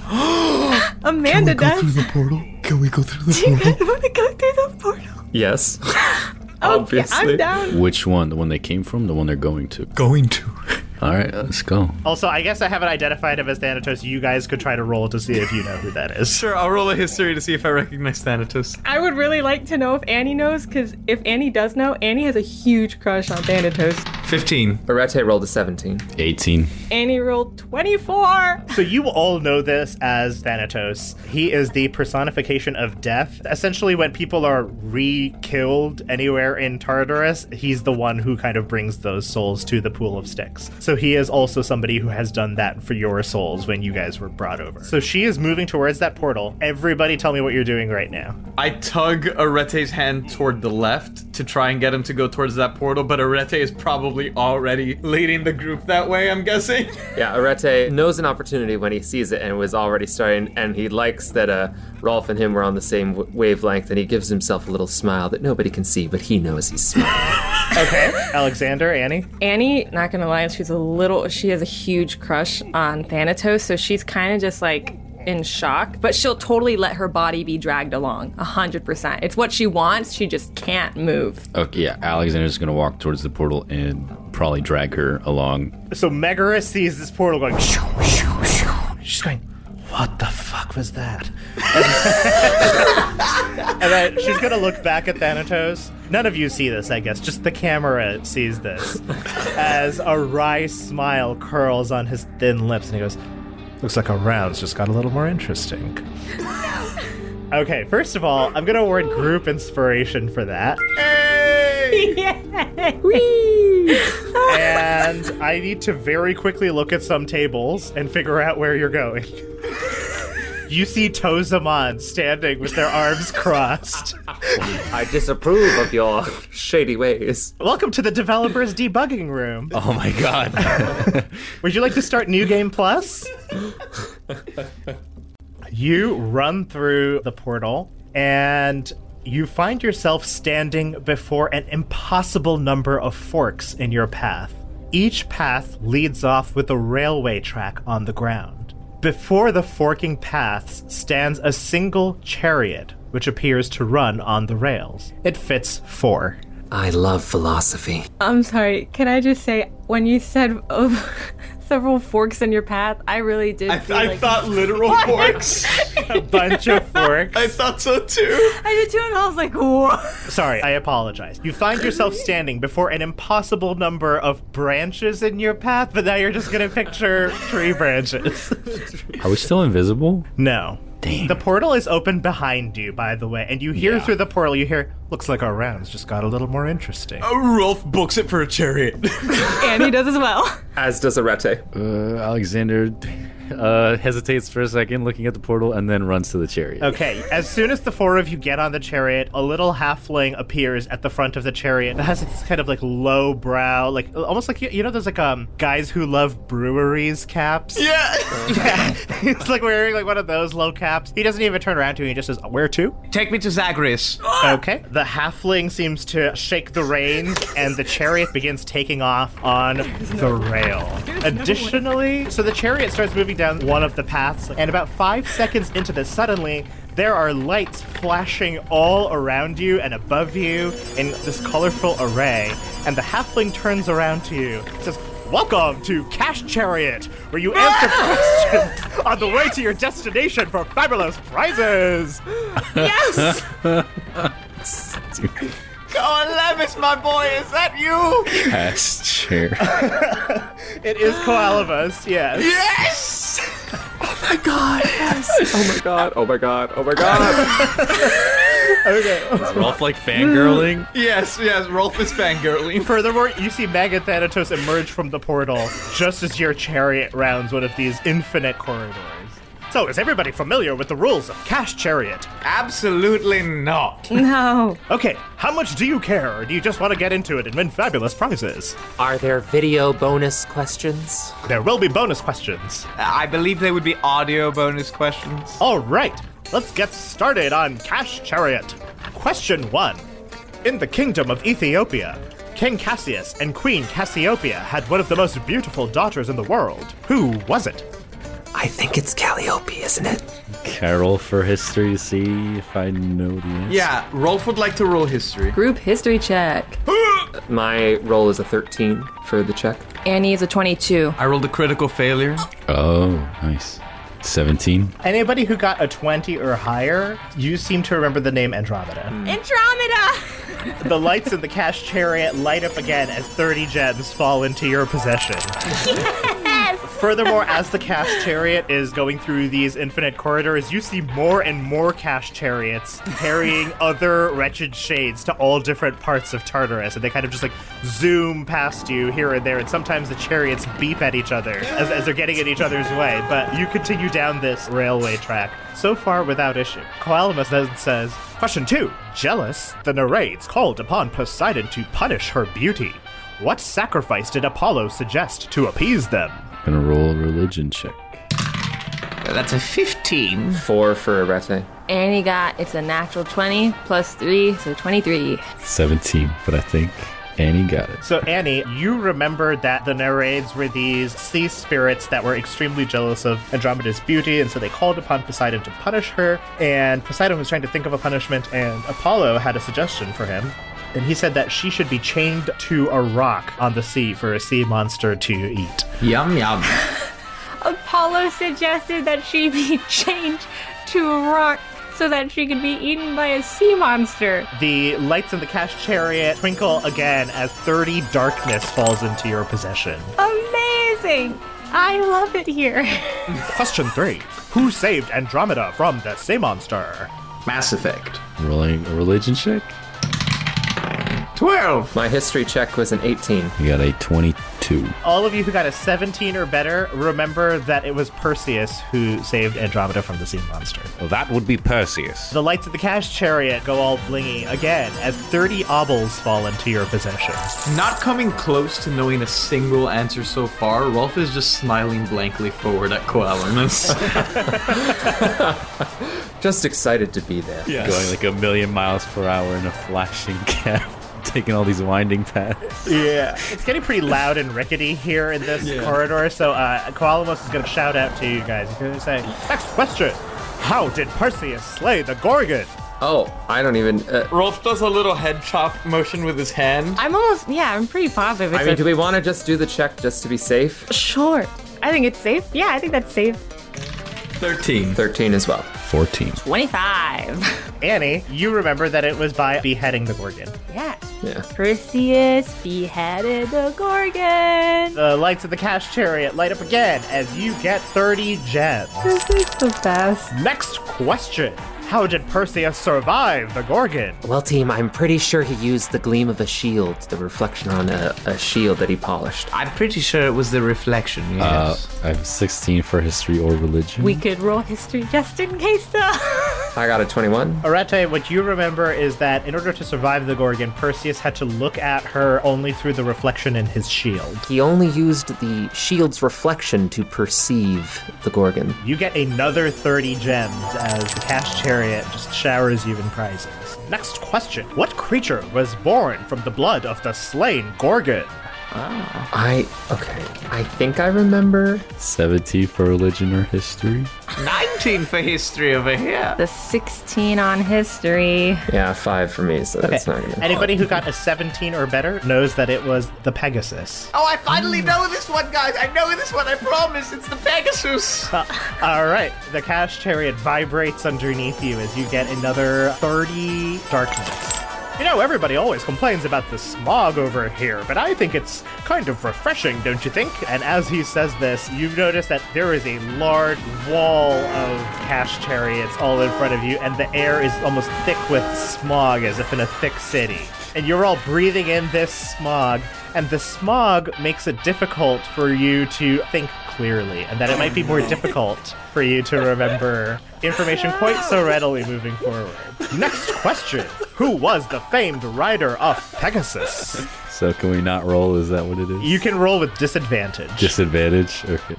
I: <gasps> Amanda
D: Go through
I: does.
D: the portal. Can we go through
I: <laughs>
D: the
I: You
D: portal?
I: guys want to go through the portal?
G: <laughs>
H: Yes.
I: Okay,
H: Obviously.
I: I'm down.
J: Which one? The one they came from? The one they're going to?
D: Going to.
J: <laughs> All right, let's go.
F: Also, I guess I haven't identified him as Thanatos. You guys could try to roll to see if you know who that is.
G: Sure, I'll roll a history to see if I recognize Thanatos.
I: I would really like to know if Annie knows, because if Annie does know, Annie has a huge crush on Thanatos.
G: 15.
H: Arete rolled a 17.
J: 18.
I: Annie rolled 24.
F: So you all know this as Thanatos. He is the personification of death. Essentially, when people are re-killed anywhere in Tartarus, he's the one who kind of brings those souls to the pool of sticks. So he is also somebody who has done that for your souls when you guys were brought over. So she is moving towards that portal. Everybody tell me what you're doing right now.
G: I tug Arete's hand toward the left to try and get him to go towards that portal, but Arete is probably probably already leading the group that way, I'm guessing.
H: <laughs> Yeah, Arete knows an opportunity when he sees it and was already starting, and he likes that uh, Rolf and him were on the same w- wavelength, and he gives himself a little smile that nobody can see, but he knows he's smiling.
F: <laughs> Okay, Alexander, Annie.
I: Annie, not gonna lie, she's a little, she has a huge crush on Thanatos, so she's kind of just like in shock, but she'll totally let her body be dragged along, 100%. It's what she wants, she just can't move.
J: Okay, yeah, Alexander's gonna walk towards the portal and probably drag her along.
F: So Megara sees this portal going. Shoo, shoo, shoo. She's going. What the fuck was that? <laughs> and then she's gonna look back at Thanatos. None of you see this, I guess. Just the camera sees this. As a wry smile curls on his thin lips, and he goes, Looks like our rounds just got a little more interesting. okay, first of all, I'm gonna award group inspiration for that. and I need to very quickly look at some tables and figure out where you're going. You see Tozaman standing with their arms crossed.
H: I disapprove of your shady ways.
F: Welcome to the developer's debugging room.
J: Oh my god.
F: Would you like to start New Game Plus? you run through the portal and you find yourself standing before an impossible number of forks in your path. Each path leads off with a railway track on the ground. Before the forking paths stands a single chariot, which appears to run on the rails. It fits four.
H: I love philosophy.
I: I'm sorry, can I just say, when you said <laughs> of several forks in your path, I really did.
G: I,
I: feel
G: I
I: like-
G: thought literal forks.
F: A bunch of forks.
G: I thought so too.
I: <laughs> I did too, and I was like, what?
F: Sorry, I apologize. You find yourself standing before an impossible number of branches in your path, but now you're just gonna picture tree branches. <laughs>
J: Are we still invisible?
F: No.
J: Damn.
F: The portal is open behind you, by the way, and you hear through the portal, you hear, looks like our rounds just got a little more interesting.
K: Oh.
I: <laughs>
G: Rolf books it for a chariot.
I: Annie does as well.
H: As does Arete.
J: Uh, Alexander uh, hesitates for a second, looking at the portal, and then runs to the
F: <laughs>
J: chariot.
F: Okay, as soon as the four of you get on the chariot, a little halfling appears at the front of the chariot that has this kind of like low brow, like almost like you, you know those like um guys who love breweries caps.
G: yeah.
F: Yeah, <laughs> he's like wearing like one of those low caps. He doesn't even turn around to you. He just says, "Where to?"
G: Take me to Zagreus.
F: <gasps> Okay. The halfling seems to shake the reins, and the chariot begins taking off on the rail. Additionally, so the chariot starts moving down one of the paths, and about five seconds into this, suddenly. There are lights flashing all around you and above you in this colorful array, and the halfling turns around to you, says, Welcome to Cash Chariot, where you answer questions <laughs> on the way to your destination for fabulous prizes. <laughs>
I: Yes!
G: Oh, Levis, my boy, is that you? <laughs>
J: Ass chair.
F: It is Koalivus, yes.
G: Yes.
F: <laughs>
H: Oh my god, oh my god, oh my god.
J: Rolf like fangirling.
G: <laughs> Yes, yes. Rolf is <laughs> fangirling.
F: Furthermore, you see Mag and Thanatos emerge from the portal just as your chariot rounds one of these infinite corridors. So, is everybody familiar with the rules of Cash Chariot?
G: Absolutely not.
I: No.
F: Okay, how much do you care, or do you just want to get into it and win fabulous prizes?
H: Are there video bonus questions?
F: There will be bonus questions.
G: I believe they would be audio bonus questions.
F: All right, let's get started on Cash Chariot. Question one In the kingdom of Ethiopia, King Cassius and Queen Cassiopeia had one of the most beautiful daughters in the world. Who was it?
H: I think it's Calliope, isn't it?
J: Carol for history. See if I know the answer.
G: Yeah, Rolf would like to roll history.
I: Group history check.
H: My roll is a 13 for the check.
I: Annie is a 22.
G: I rolled a critical failure.
J: Oh, nice. Seventeen.
F: Anybody who got a 20 or higher, you seem to remember the name Andromeda.
I: Andromeda!
F: the lights in the cash chariot light up again as 30 gems fall into your possession. Furthermore, as the cash chariot is going through these infinite corridors, you see more and more cash chariots carrying other wretched shades to all different parts of Tartarus, and they kind of just like zoom past you here and there, and sometimes the chariots beep at each other as, as they're getting in each other's way. But you continue down this railway track, so far without issue. Koalamus then says, Question two Jealous, the Nereids called upon Poseidon to punish her beauty. What sacrifice did Apollo suggest to appease them?
J: Gonna roll a religion check.
H: That's a 15. Four for Arete.
I: Annie got it's a natural 20 plus 3, so 23.
J: 17, but I think Annie got it.
F: So, Annie, you remember that the Nereids were these sea spirits that were extremely jealous of Andromeda's beauty, and so they called upon Poseidon to punish her. And Poseidon was trying to think of a punishment, and Apollo had a suggestion for him. And he said that she should be chained to a rock on the sea for a sea monster to eat.
G: Yum, yum.
I: Apollo suggested that she <laughs> be chained to a rock so that she could be e- eaten by a sea monster.
F: The lights in the cash chariot twinkle again as 30 darkness falls into your possession.
I: Amazing! I love it here. <laughs>
F: Question three Who saved Andromeda from the sea monster?
G: Mass Effect.
J: Rolling a religion check.
G: 12.
H: My history check was an 18.
J: You got a 22.
F: All of you who got a 17 or better, remember that it was Perseus who saved Andromeda from the sea monster.
E: Well, that would be Perseus.
F: The lights of the cash chariot go all blingy again as 30 obols fall into your possession.
G: Not coming close to knowing a single answer so far, Rolf is just smiling blankly forward at
H: <laughs>
G: Coalinus.
H: just excited to be there.
G: Yes.
J: Going like a million miles per hour in a flashing <laughs> cab, taking all these winding paths.
F: Yeah. It's getting pretty loud and rickety here in this
J: Yeah.
F: corridor, so uh, Koalamos is going to shout out to you guys. He's going to say, Next question How did Perseus slay the Gorgon?
H: Oh, I don't even. Uh,
G: Rolf does a little head chop motion with his hand.
I: I'm almost, yeah, I'm pretty positive. It's
H: I mean,
I: a-
H: do we want to just do the check just to be safe?
I: Sure. I think it's safe. Yeah, I think that's safe.
G: 13.
H: 13 as well.
J: 14.
I: 25. <laughs>
F: Annie, you remember that it was by beheading the Gorgon.
I: Yeah.
H: Yeah.
I: Perseus beheaded the Gorgon.
F: The lights of the cash chariot light up again as you get 30 gems.
I: This is the best.
F: Next question How did Perseus survive the Gorgon?
H: Well, team, I'm pretty sure he used the gleam of a shield, the reflection on a, a shield that he polished.
G: I'm pretty sure it was the reflection,
J: Uh, I have 16 for history or religion.
I: We could roll history just in case, <laughs> though.
H: I got a 21.
F: Arete, what you remember is that in order to survive the Gorgon, Perseus had to look at her only through the reflection in his shield.
H: He only used the shield's reflection to perceive the Gorgon.
F: You get another 30 gems as the cash chariot just showers you in prizes. Next question What creature was born from the blood of the slain Gorgon?
H: I. Okay. I think I remember.
J: 17 for religion or history.
G: 19 for history over here.
I: the 16 on history.
H: Yeah, Ah, five for me, so that's not gonna.
F: Anybody who got a 17 or better knows that it was the Pegasus.
G: Oh, I finally know this one, guys. I know this one. I promise. It's the
F: <laughs>
G: Pegasus.
F: All right, the cash chariot vibrates underneath you as you get another 30 darkness. You know, everybody always complains about the smog over here, but I think it's kind of refreshing, don't you think? And as he says this, you notice that there is a large wall of cash chariots all in front of you, and the air is almost thick with smog as if in a thick city. And you're all breathing in this smog, and the smog makes it difficult for you to think clearly, and that it might be more difficult for you to remember information quite so readily moving forward. Next question Who was the famed rider of Pegasus?
J: So can we not roll? Is that what it is?
F: You can roll with disadvantage.
J: Disadvantage? Okay.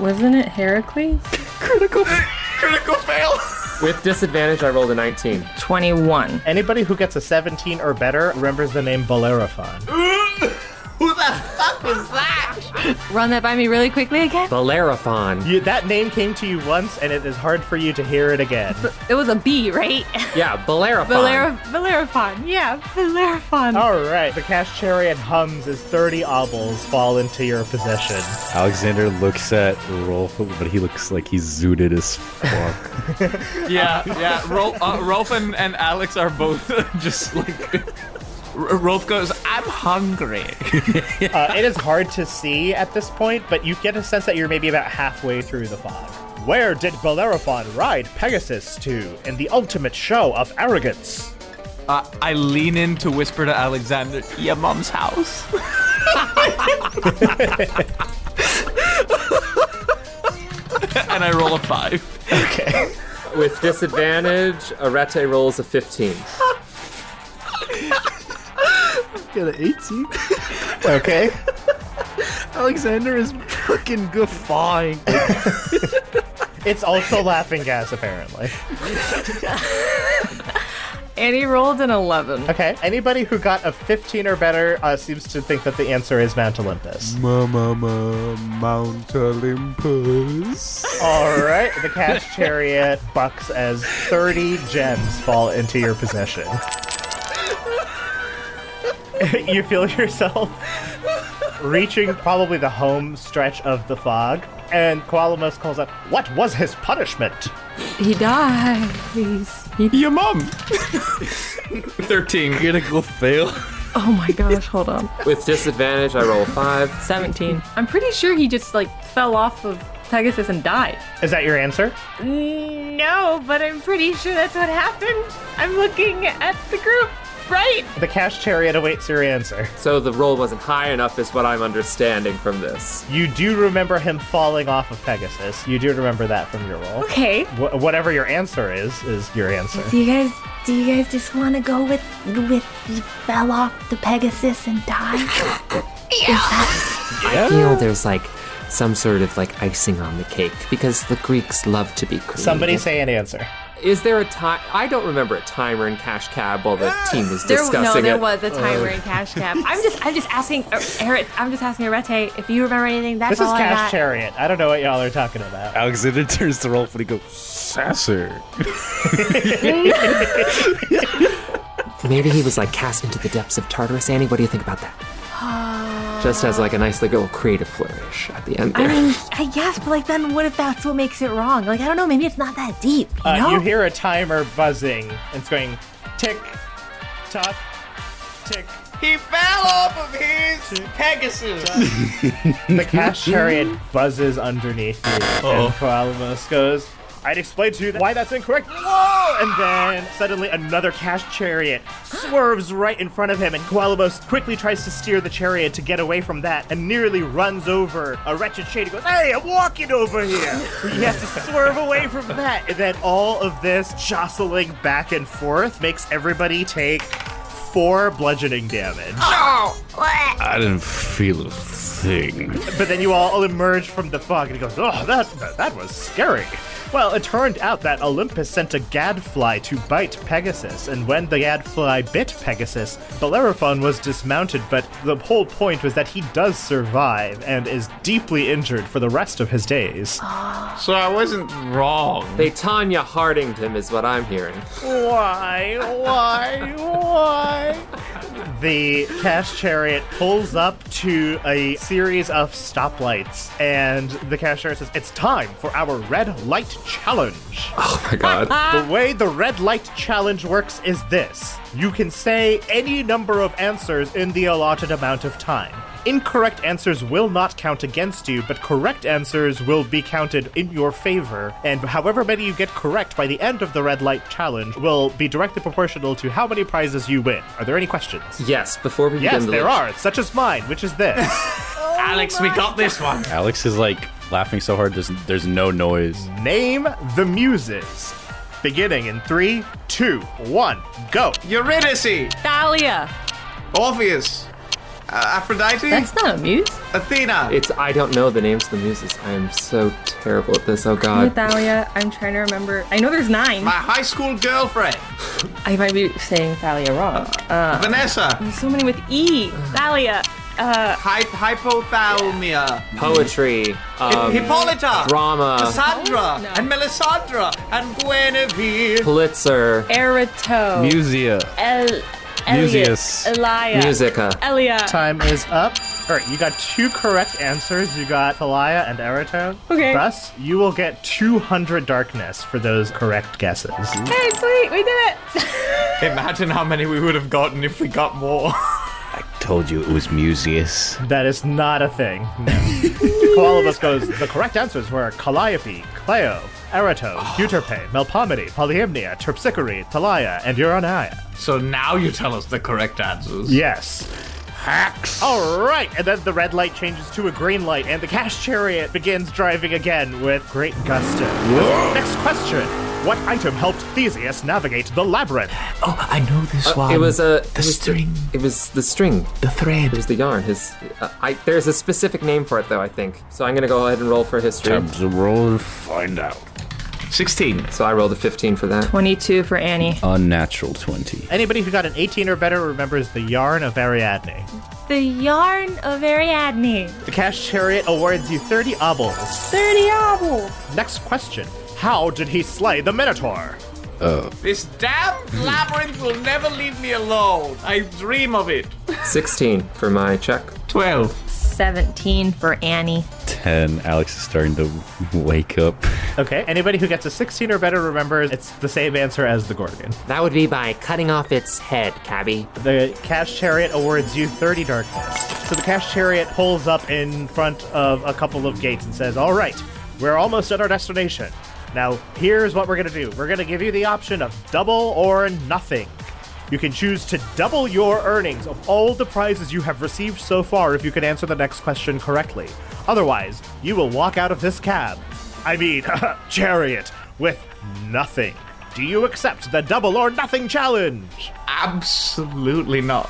I: Wasn't it Heracles?
G: Critical fail.
H: With disadvantage, I rolled a 19.
I: 21.
F: Anybody who gets a 17 or better remembers the name Bellerophon.
G: <laughs> Who the fuck was that?
I: Run that by me really quickly again.
H: Bellerophon.
F: You, that name came to you once, and it is hard for you to hear it again.
I: It was a B, right?
H: Yeah, Bellerophon.
I: Valera- Valerophon. Yeah, Valerophon.
F: All right, the cash chariot hums as 30 obols fall into your possession.
J: Alexander looks at Rolf, but he looks like he's zooted as <laughs> fuck.
G: Yeah, yeah. Rolf, uh, Rolf and, and Alex are both <laughs> just like. <laughs> R- Rolf goes, I'm hungry.
F: <laughs> Uh, it is hard to see at this point, but you get a sense that you're maybe about halfway through the fog. Where did Bellerophon ride Pegasus to in the ultimate show of arrogance?
G: Uh, I lean in to whisper to Alexander, Your mom's house. <laughs> and I roll a five.
H: With disadvantage, Arete rolls a 15.
J: Got an 18?
F: <laughs> Okay.
L: <laughs> Alexander is fucking guffawing.
F: <laughs> it's also laughing gas, apparently.
I: Annie rolled an 11.
F: Okay. Anybody who got a 15 or better uh, seems to think that the answer is Mount Olympus.
L: Mama, Mount Olympus.
F: All right. The cash chariot bucks as 30 gems fall into your possession. <laughs> you feel yourself reaching probably the home stretch of the fog, and Qualamos calls out, What was his punishment?
I: He died. Please.
L: Your mom.
G: 13.
L: Critical fail.
I: Oh my gosh, hold on.
H: With disadvantage, I roll five.
I: 17. I'm pretty sure he just like fell off of Pegasus and died.
F: Is that your answer?
I: No, but I'm pretty sure that's what happened. I'm looking at the group. Right!
F: The cash chariot awaits your answer.
H: So the roll wasn't high enough, is what I'm understanding from this.
F: You do remember him falling off of Pegasus. You do remember that from your roll.
I: Okay.
F: Wh- whatever your answer is, is your answer.
M: Do you guys do you guys just want to go with with he fell off the Pegasus and died?
H: I feel there's like some sort of like icing on the cake because the Greeks love to be creative.
F: Somebody say an answer.
H: Is there a time? I don't remember a timer in Cash Cab while the team was
I: There,
H: discussing
I: no, there
H: it. Uh.
I: was a timer in Cash Cab. I'm just, I'm just asking, er, Eret- I'm just asking Arete if you remember anything. That's
F: This is
I: all I
F: cash
I: got.
F: chariot. I don't know what y'all are
I: <laughs>
F: talking about. <laughs>
L: Alexander turns to Rolf and he goes, Sasser.
F: Uh,
H: Maybe he was like cast into the depths of Tartarus. Annie, what do you think about that? Just as like a nice like, little creative flourish at the end
M: Uh, I
H: there.
M: mean, I guess, but like, then what if that's what makes it wrong? Like, I don't know. Maybe it's not that deep. You
F: Uh,
M: know?
F: You hear a timer buzzing. It's going tick, tock, tick.
G: He fell off of his Pegasus.
F: The cash chariot buzzes underneath you, and Koalamos goes, I'd explain to you why that's incorrect. Whoa! And then suddenly another cash chariot swerves right in front of him, and Koalamos quickly tries to steer the chariot to get away from that and nearly runs over a wretched shade. He goes, Hey, I'm walking over here! he has to swerve away from that. And then all of this jostling back and forth makes everybody take four bludgeoning damage.
E: I didn't feel a thing.
F: But then you all emerge from the fog, and he goes, "Oh, that that was scary." Well, it turned out that Olympus sent a gadfly to bite Pegasus, and when the gadfly bit Pegasus, Bellerophon was dismounted. But the whole point was that he does survive and is deeply injured for the rest of his days.
G: So I wasn't wrong.
H: They Tanya Hardinged him, is what I'm hearing.
F: Why? Why? Why? The cash chariot pulls up to a series of stoplights, and the cash chariot says, It's time for our red light challenge.
H: Oh my god.
F: The way the red light challenge works is this you can say any number of answers in the allotted amount of time. Incorrect answers will not count against you, but correct answers will be counted in your favor. And however many you get correct by the end of the red light challenge will be directly proportional to how many prizes you win. Are there any questions?
H: Yes, before we
F: Yes,
H: begin the
F: there are, such as mine, which is this.
G: Alex, we got this one.
J: Alex is like laughing so hard there's, there's no noise.
F: Name the Muses. Beginning in three, two, one, go.
G: Eurydice,
I: Thalia.
G: Orpheus, uh, Aphrodite,
I: That's not a muse.
G: Athena.
H: It's I don't know the names of the muses. I am so terrible at this. Oh god.
I: Thalia, I'm trying to remember. I know there's nine.
G: my high school girlfriend,
I: I might be saying Thalia wrong. Uh,
G: Vanessa,
I: there's so many with E. Thalia. Uh,
G: Hy- Hypothalmia,
H: Poetry. Um,
G: Hippolyta,
H: drama.
G: Cassandra,
I: Oh, No.
G: and Melisandre, and Guinevere.
H: Pulitzer.
I: Erato.
J: Musia.
I: El-
J: Museus.
I: Elias. Elia.
H: Musica.
I: Elia.
F: Time is up. All right, you got two correct answers. You got Thalia and Erato.
I: Okay.
F: Thus, you will get 200 darkness for those correct guesses.
I: Hey, sweet, we did it.
G: Imagine how many we would have gotten if we got more. <laughs>
E: Told you it was Museus.
F: That is not a thing. No. Koalabus goes, the correct answers were Calliope, Cleo, Erato, Euterpe, Melpomene, Polyhymnia, Terpsichore, Thalia, and Urania.
G: so now you tell us the correct answers.
F: Yes. Hacks. All right, and then the red light changes to a green light, and the cash chariot begins driving again with great gusto. Next question. What item helped Theseus navigate the labyrinth?
H: Oh, I know
F: this
H: Uh,
F: one.
H: It was a
F: The string.
H: it was the string.
F: The thread.
H: It was the yarn. His. Uh, I. There's a specific name for it though. I think. So I'm gonna go ahead and roll for history.
L: Time
H: to roll and find out. Sixteen. So I rolled a fifteen for
F: <laughs>
H: that.
I: 22 for Annie.
J: Unnatural 20.
F: Anybody who got an 18 or better remembers the yarn of Ariadne.
I: The yarn of Ariadne.
F: The cash chariot awards you 30 obols.
I: 30 obols.
F: Next question. How did he slay the Minotaur?
N: Oh.
C: Uh,
G: This damn labyrinth will never leave me alone. I dream of it.
H: Sixteen for my check.
G: Twelve.
I: 17 for Annie.
J: 10. Alex is starting to wake up.
F: Okay, anybody who gets a 16 or better remembers it's the same answer as the Gorgon.
N: That would be by cutting off its head, Cabby.
F: The cash chariot awards you 30 darkness. So the cash chariot pulls up in front of a couple of gates and says, All right, we're almost at our destination. Now, here's what we're going to do we're going to give you the option of double or nothing. You can choose to double your earnings of all the prizes you have received so far if you can answer the next question correctly. Otherwise, you will walk out of this cab. I mean, <laughs> chariot, with nothing. Do you accept the double or nothing challenge?
G: Absolutely not.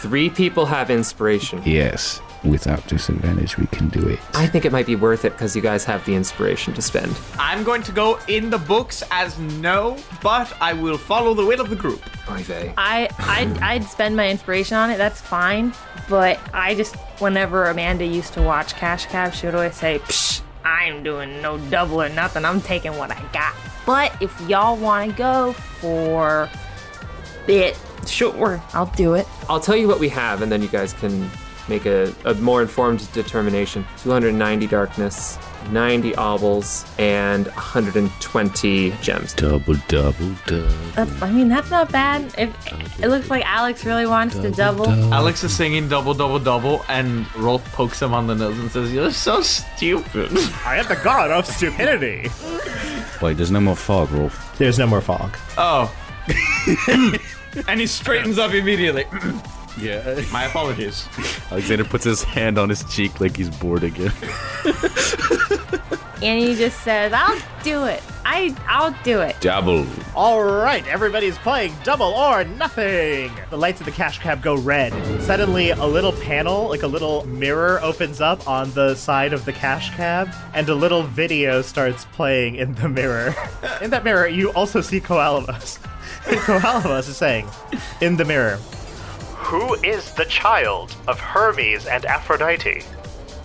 H: Three people have inspiration.
C: Yes, without disadvantage, we can do it.
H: I think it might be worth it because you guys have the inspiration to spend.
G: I'm going to go in the books as no, but I will follow the will of the group.
H: Oy vey.
I: I, I'd, I'd spend my inspiration on it, that's fine. But I just, whenever Amanda used to watch Cash Cab, she would always say, Psh, I'm doing no double or nothing. I'm taking what I got. But if y'all want to go for it, sure, I'll do it.
H: I'll tell you what we have, and then you guys can make a, a more informed determination. 290 darkness, 90 obols, and 120 gems.
J: Double, double, double.
I: That's, I mean, that's not bad. If It looks like Alex really wants to double.
G: Alex is singing double, double, double, and Rolf pokes him on the nose and says, You're so stupid.
F: I am the god of stupidity.
J: Wait, there's no more fog, Rolf.
F: There's no more fog.
G: Oh. <laughs> and he straightens up immediately. yeah. My apologies.
J: Alexander puts his hand on his cheek like he's bored
O: <laughs>
J: again.
I: Annie just says, I'll do it. <laughs> I, I'll do it.
J: Double.
F: All right, everybody's playing double or nothing. The lights of the cash cab go red. Suddenly, a little panel, like a little mirror, opens up on the side of the cash cab, and a little video starts playing in the mirror. <laughs> in that mirror, you also see <laughs> Koalamus. And Koalamus is saying, in the mirror, Who is the child of Hermes and Aphrodite?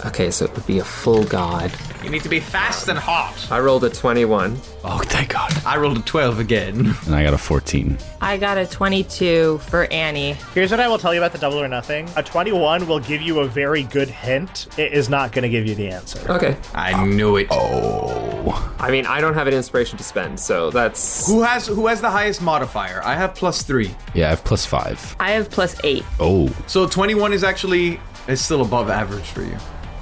H: Okay, so it would be a full god.
G: You need to be fast and hot.
H: I rolled a 21.
J: Oh, thank God.
G: I rolled a 12 again.
J: And I got a 14.
I: I got a 22 for Annie.
F: Here's what I will tell you about the double or nothing. A 21 will give you a very good hint. It is not going to give you the answer.
H: Okay.
G: I knew it.
H: Oh. I mean, I don't have an inspiration to spend, so that's.
G: Who has who has the highest modifier? I have plus three.
J: Yeah, I have plus five.
I: I have plus eight.
J: Oh.
G: So 21 is actually it's still above average for you.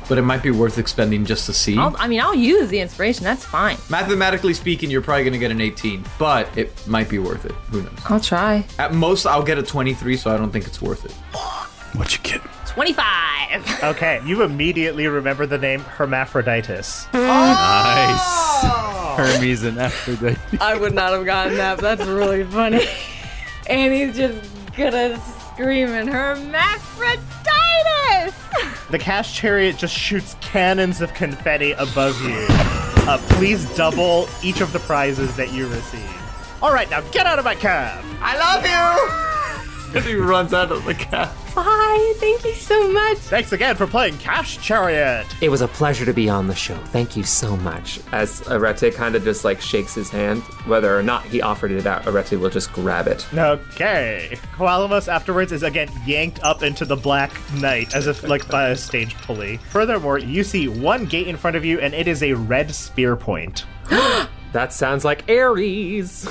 G: But it might be worth expending just to see.
I: I'll, I mean, I'll use the inspiration. That's fine.
G: Mathematically speaking, you're probably going to get an 18, but it might be worth it. Who knows?
I: I'll try.
G: At most, I'll get a 23, so I don't think it's worth it.
I: 25.
F: Okay, you immediately remember the name Hermaphroditus.
I: Oh!
J: Nice. Hermes and Aphrodite.
I: I would not have gotten that. but That's really <laughs> funny. Annie's just gonna scream in hermaphroditis.
F: The cash chariot just shoots cannons of confetti above you. Uh, please double each of the prizes that you receive. All right, now get out of my cab.
G: I love you! he runs out of the cab.
I: Bye. Thank you so much.
F: Thanks again for playing Cash Chariot.
H: It was a pleasure to be on the show. Thank you so
G: <laughs>
H: much. As Arete kind of just like shakes his hand, whether or not he offered it out, Arete will just grab it.
F: Okay. Koalamus afterwards is again yanked up into the black night as if like by a stage pulley. Furthermore, you see one gate in front of you and it is a red
I: <gasps>
F: spear point.
H: That sounds like
N: <laughs>
H: Ares.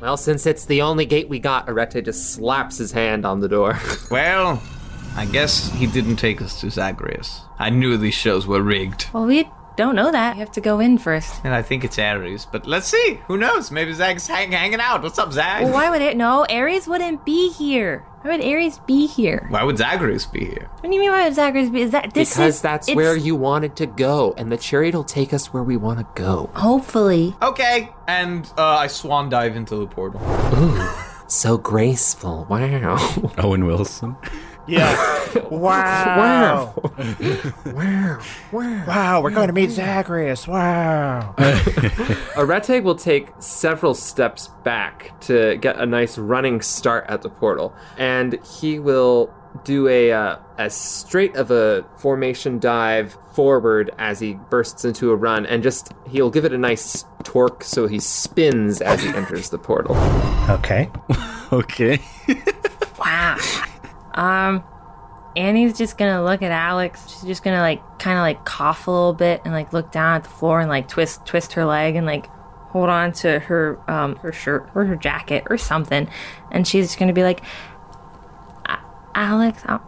H: well, since it's the only gate we got, Arete just slaps his hand on
N: <laughs>
H: the door.
G: Well, I guess he didn't take us to Zagreus. I knew these shows were rigged.
I: Well, we Don't know that. You have to go in first.
G: And I think it's Aries, but let's see. Who knows? Maybe Zag's hang- hanging out. What's up, Zag?
I: Well, why would it? No, Aries wouldn't be here. Why would Aries be here?
G: Why would Zagreus be here?
I: What do you mean? Why would Zagreus be? Is that this
N: because
I: is,
N: that's
I: it's-
N: where you wanted to go, and the chariot will take us where we want to go.
I: Hopefully.
G: Okay. And uh, I swan dive into the portal.
N: So graceful. Wow.
J: Owen Wilson.
F: Yeah. wow. wow. Wow. Wow. We're going to meet Zagreus. Wow.
I: Uh,
H: Areteg will take several steps back to get a nice running start at the portal, and he will do a uh, as straight of a formation dive forward as he bursts into a run, and just he'll give it a nice torque so he spins as he enters the portal.
F: Okay.
J: okay.
I: Wow. Um, Annie's just gonna look at Alex. She's just gonna like kind of like cough a little bit and like look down at the floor and like twist twist her leg and like hold on to her um her shirt or her jacket or something, and she's just gonna be like, "A- Alex, I'm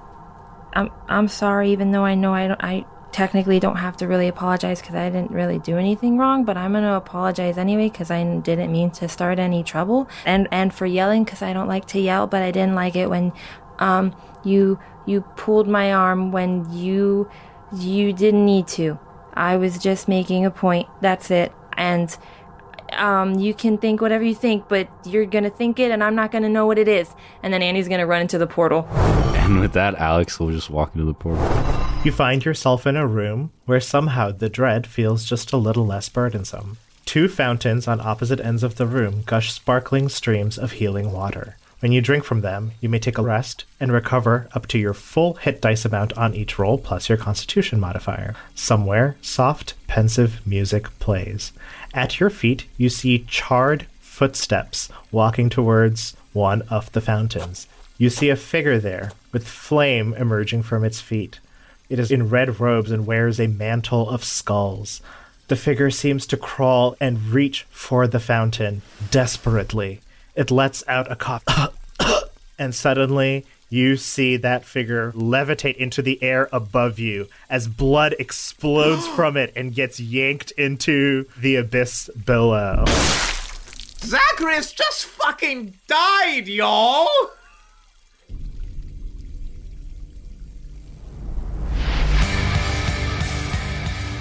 I: I'm I'm sorry. Even though I know I don't I technically don't have to really apologize because I didn't really do anything wrong, but I'm gonna apologize anyway because I didn't mean to start any trouble and and for yelling because I don't like to yell, but I didn't like it when um you you pulled my arm when you you didn't need to. I was just making a point. That's it. And um, you can think whatever you think, but you're gonna think it, and I'm not gonna know what it is. And then Annie's gonna run into the portal.
J: And with that, Alex will just walk into the portal.
F: You find yourself in a room where somehow the dread feels just a little less burdensome. Two fountains on opposite ends of the room gush sparkling streams of healing water. When you drink from them, you may take a rest and recover up to your full hit dice amount on each roll plus your constitution modifier. Somewhere, soft, pensive music plays. At your feet, you see charred footsteps walking towards one of the fountains. You see a figure there with flame emerging from its feet. It is in red robes and wears a mantle of skulls. The figure seems to crawl and reach for the fountain desperately. It lets out a cough, <coughs> and suddenly you see that figure levitate into the air above you as blood explodes from it and gets yanked into the abyss below.
G: Zacharias just fucking died, y'all!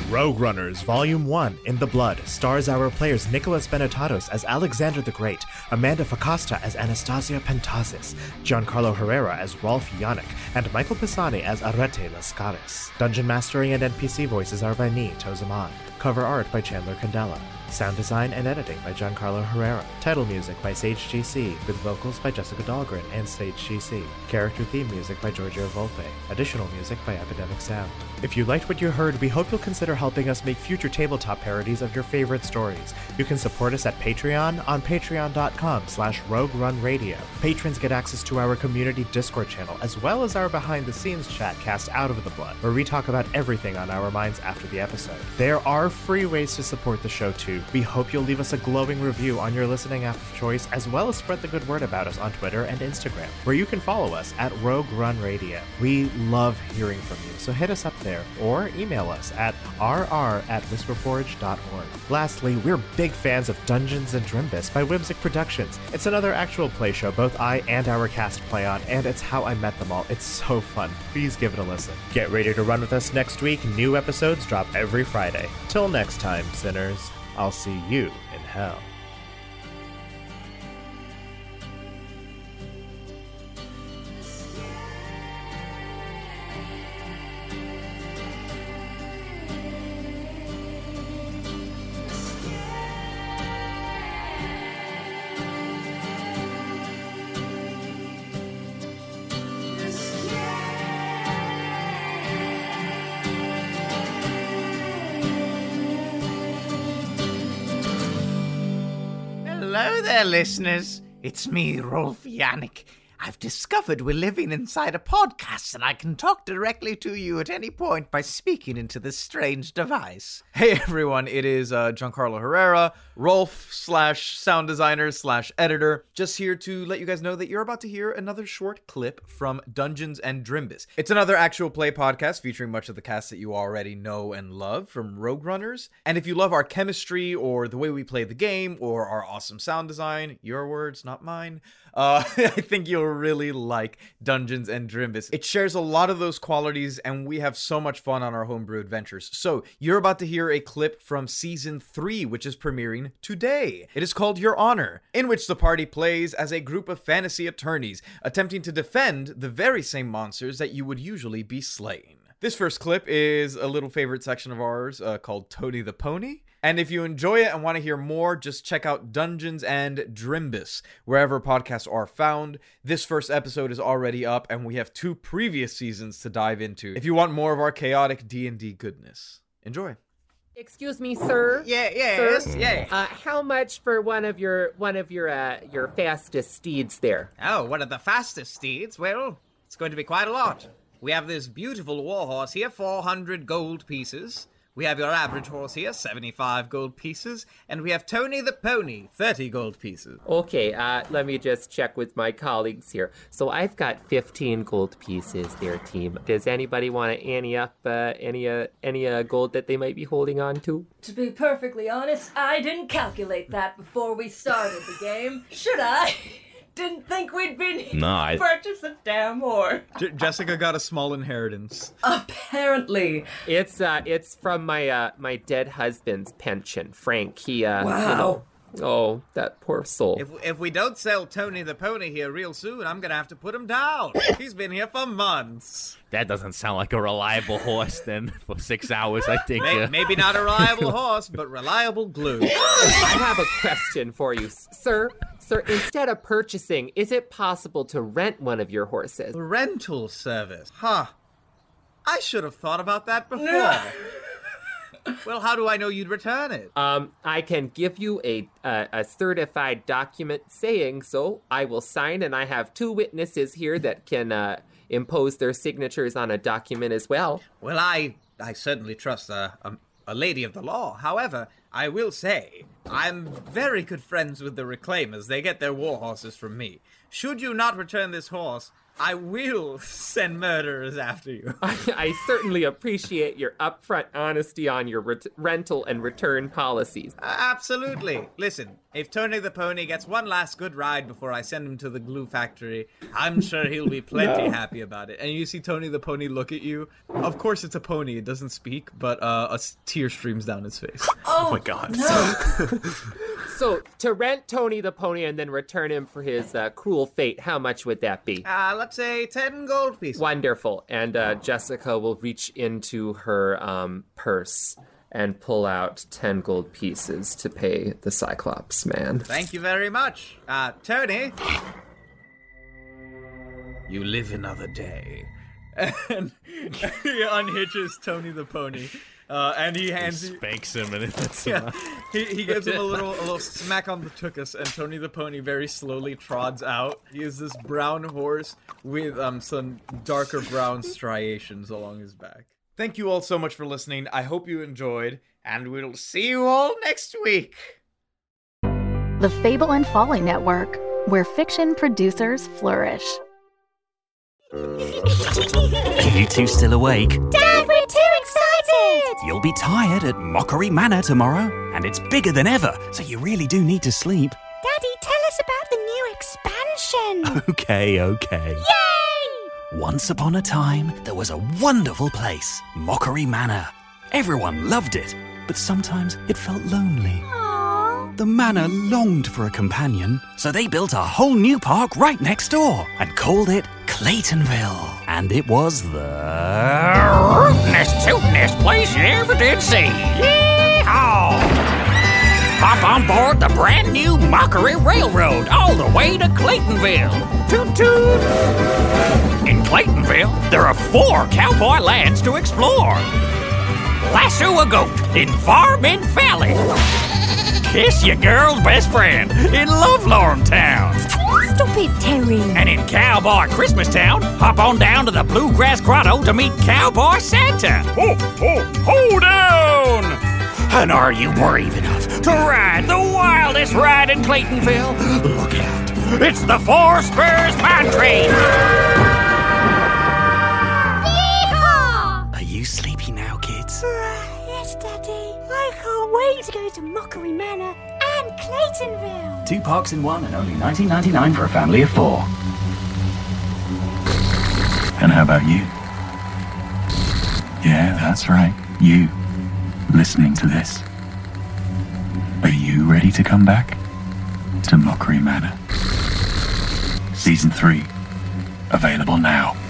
F: Rogue Runners Volume 1 In the Blood stars our players Nicholas Benetatos as Alexander the Great, Amanda Facasta as Anastasia Pentazis, Giancarlo Herrera as Rolf Yannick, and Michael Pisani as Arete Lascaris. Dungeon mastering and NPC voices are by me, Tozaman. Cover art by Chandler Candela. Sound design and editing by Giancarlo Herrera. Title music by Sage GC, with vocals by Jessica Dahlgren and Sage GC. Character theme music by Giorgio Volpe. Additional music by Epidemic Sound. If you liked what you heard, we hope you'll consider helping us make future tabletop parodies of your favorite stories. You can support us at Patreon on patreon.com slash rogue run radio. Patrons get access to our community Discord channel, as well as our behind the scenes chat cast Out of the Blood, where we talk about everything on our minds after the episode. There are free ways to support the show too. We hope you'll leave us a glowing review on your listening app of choice, as well as spread the good word about us on Twitter and Instagram, where you can follow us at Rogue Run Radio. We love hearing from you, so hit us up there or email us at rr at whisperforge.org. Lastly, we're big fans of Dungeons and Drimbus by Whimsic Productions. It's another actual play show both I and our cast play on, and it's how I met them all. It's so fun. Please give it a listen. Get ready to run with us next week. New episodes drop every Friday. Till next time, sinners, I'll see you in hell.
P: Hello there, listeners. It's me, Rolf Yannick.
Q: I've discovered we're living inside a podcast, and I can talk directly to you at any point by speaking into this strange device.
G: <laughs> Hey everyone, it is uh, Giancarlo Herrera, Rolf slash sound designer slash editor, just here to let you guys know that you're about to hear another short clip from Dungeons and Drimbus. It's another actual play podcast featuring much of the cast that you already know and love from Rogue Runners. And if you love our chemistry or the way we play the game or our awesome sound design, your words, not mine, uh, <laughs> I think you'll really like Dungeons and Drimbus. It shares a lot of those qualities, and we have so much fun on our homebrew adventures. So, you're about to hear a clip from season three, which is premiering today. It is called Your Honor, in which the party plays as a group of fantasy attorneys attempting to defend the very same monsters that you would usually be slaying. This first clip is a little favorite section of ours uh, called Tony the Pony. And if you enjoy it and want to hear more, just check out Dungeons and Drimbus, wherever podcasts are found. This first episode is already up, and we have two previous seasons to dive into. If you want more of our chaotic D&D goodness, enjoy.
H: Excuse me, sir.
R: Yeah, yeah,
H: Sir?
R: yes, yeah.
H: Uh, how much for one of your one of your uh, your fastest steeds there?
R: Oh, one of the fastest steeds. Well, it's going to be quite a lot. We have this beautiful war horse here, 400 gold pieces. We have your average horse here, 75 gold pieces. And we have Tony the Pony, 30 gold pieces.
H: Okay, uh, let me just check with my colleagues here. So I've got 15 gold pieces there, team. Does anybody want to ante up uh, any uh, any uh, gold that they might be holding on to?
I: To be perfectly honest, I didn't calculate that before we started the game. Should I? <laughs> Didn't think we'd been
G: No, I-
I: purchase a damn whore.
G: J- Jessica got a small inheritance.
I: Apparently,
H: it's uh, it's from my uh, my dead husband's pension, Frank. He uh, you
R: Wow.
H: know- oh, that poor soul.
R: If, if we don't sell Tony the Pony here real soon, I'm going to have to put him down. He's been here for months.
E: That doesn't sound like a reliable horse. Then <laughs> for six hours, I think.
R: May-
E: uh,
O: <laughs>
R: Maybe not a reliable horse, but reliable glue.
H: <gasps> I have a question for you, s- sir. Sir, instead of purchasing, is it possible to rent one of your horses?
R: Rental service? Huh. I should have thought about that before. well, how do I know you'd return it?
H: Um, I can give you a uh, a certified document saying so. I will sign, and I have two witnesses here that can uh, impose their signatures on a document as well.
R: Well, I I certainly trust a, a Um, a lady of the law. However, I will say I'm very good friends with the reclaimers. They get their war horses from me. Should you not return this horse, I will <laughs> send murderers after you.
H: <laughs> I certainly appreciate your upfront honesty on your ret- rental and return policies.
R: Absolutely. Listen, if Tony the Pony gets one last good ride before I send him to the glue factory, I'm sure he'll be plenty
G: No.
R: happy about it.
G: And you see Tony the Pony look at you. Of course, it's a pony. It doesn't speak, but uh, a s- tear streams down his face.
H: Oh,
G: my god.
H: So, to rent Tony the pony and then return him for his uh, cruel fate, how much would that be?
R: Uh, let's say 10 gold pieces.
H: Wonderful. And uh, Jessica will reach into her um, purse and pull out 10 gold pieces to pay the Cyclops man.
R: Thank you very much. Uh, Tony. You live another day.
G: <laughs> and <laughs> he unhitches Tony the Pony, uh, and he hands
E: He
G: you-
E: spanks him and it hits him
G: Yeah,
E: out.
G: he, he gives him a little a <laughs> little smack on the tuchus, and Tony the Pony very slowly trods out. He is this brown horse with um some darker brown striations along his back. Thank you all so much for listening. I hope you enjoyed, and we'll see you all next week.
A: The Fable and Folly Network, where fiction producers flourish.
S: Are you two still awake?
K: Dad, we're too excited!
S: You'll be tired at Mockery Manor tomorrow, and it's bigger than ever, so you really do need to sleep.
K: Daddy, tell us about the new expansion!
S: <laughs> Okay, okay.
K: Yay!
S: Once upon a time, there was a wonderful place, Mockery Manor. Everyone loved it, but sometimes it felt lonely. The manor longed for a companion, so they built a whole new park right next door and called it Claytonville. And it was the rootinest, tootinest place you ever did see. Yeehaw! Hop on board the brand new Mockery Railroad all the way to Claytonville. Toot toot! In Claytonville, there are four cowboy lands to explore. Lasso a goat in Farmin Valley. Kiss your girl's best friend in Lovelorn Town.
K: Stop Presbytery.
S: And in Cowboy Christmas Town, hop on down to the Bluegrass Grotto to meet Cowboy Santa. Ho, ho, ho down! And are you brave enough to ride the wildest ride in Claytonville? Look out. It's the Four Spurs Mine Train. Are you sleepy now, kids?
K: yes, Daddy. I can't wait to go to Mockery Manor and Claytonville.
S: Two parks in one and only 19.99 for a family of four.
O: And how about you? Yeah, that's right. You. Listening to this. Are you ready to come back? To Mockery Manor. Season 3. Available now.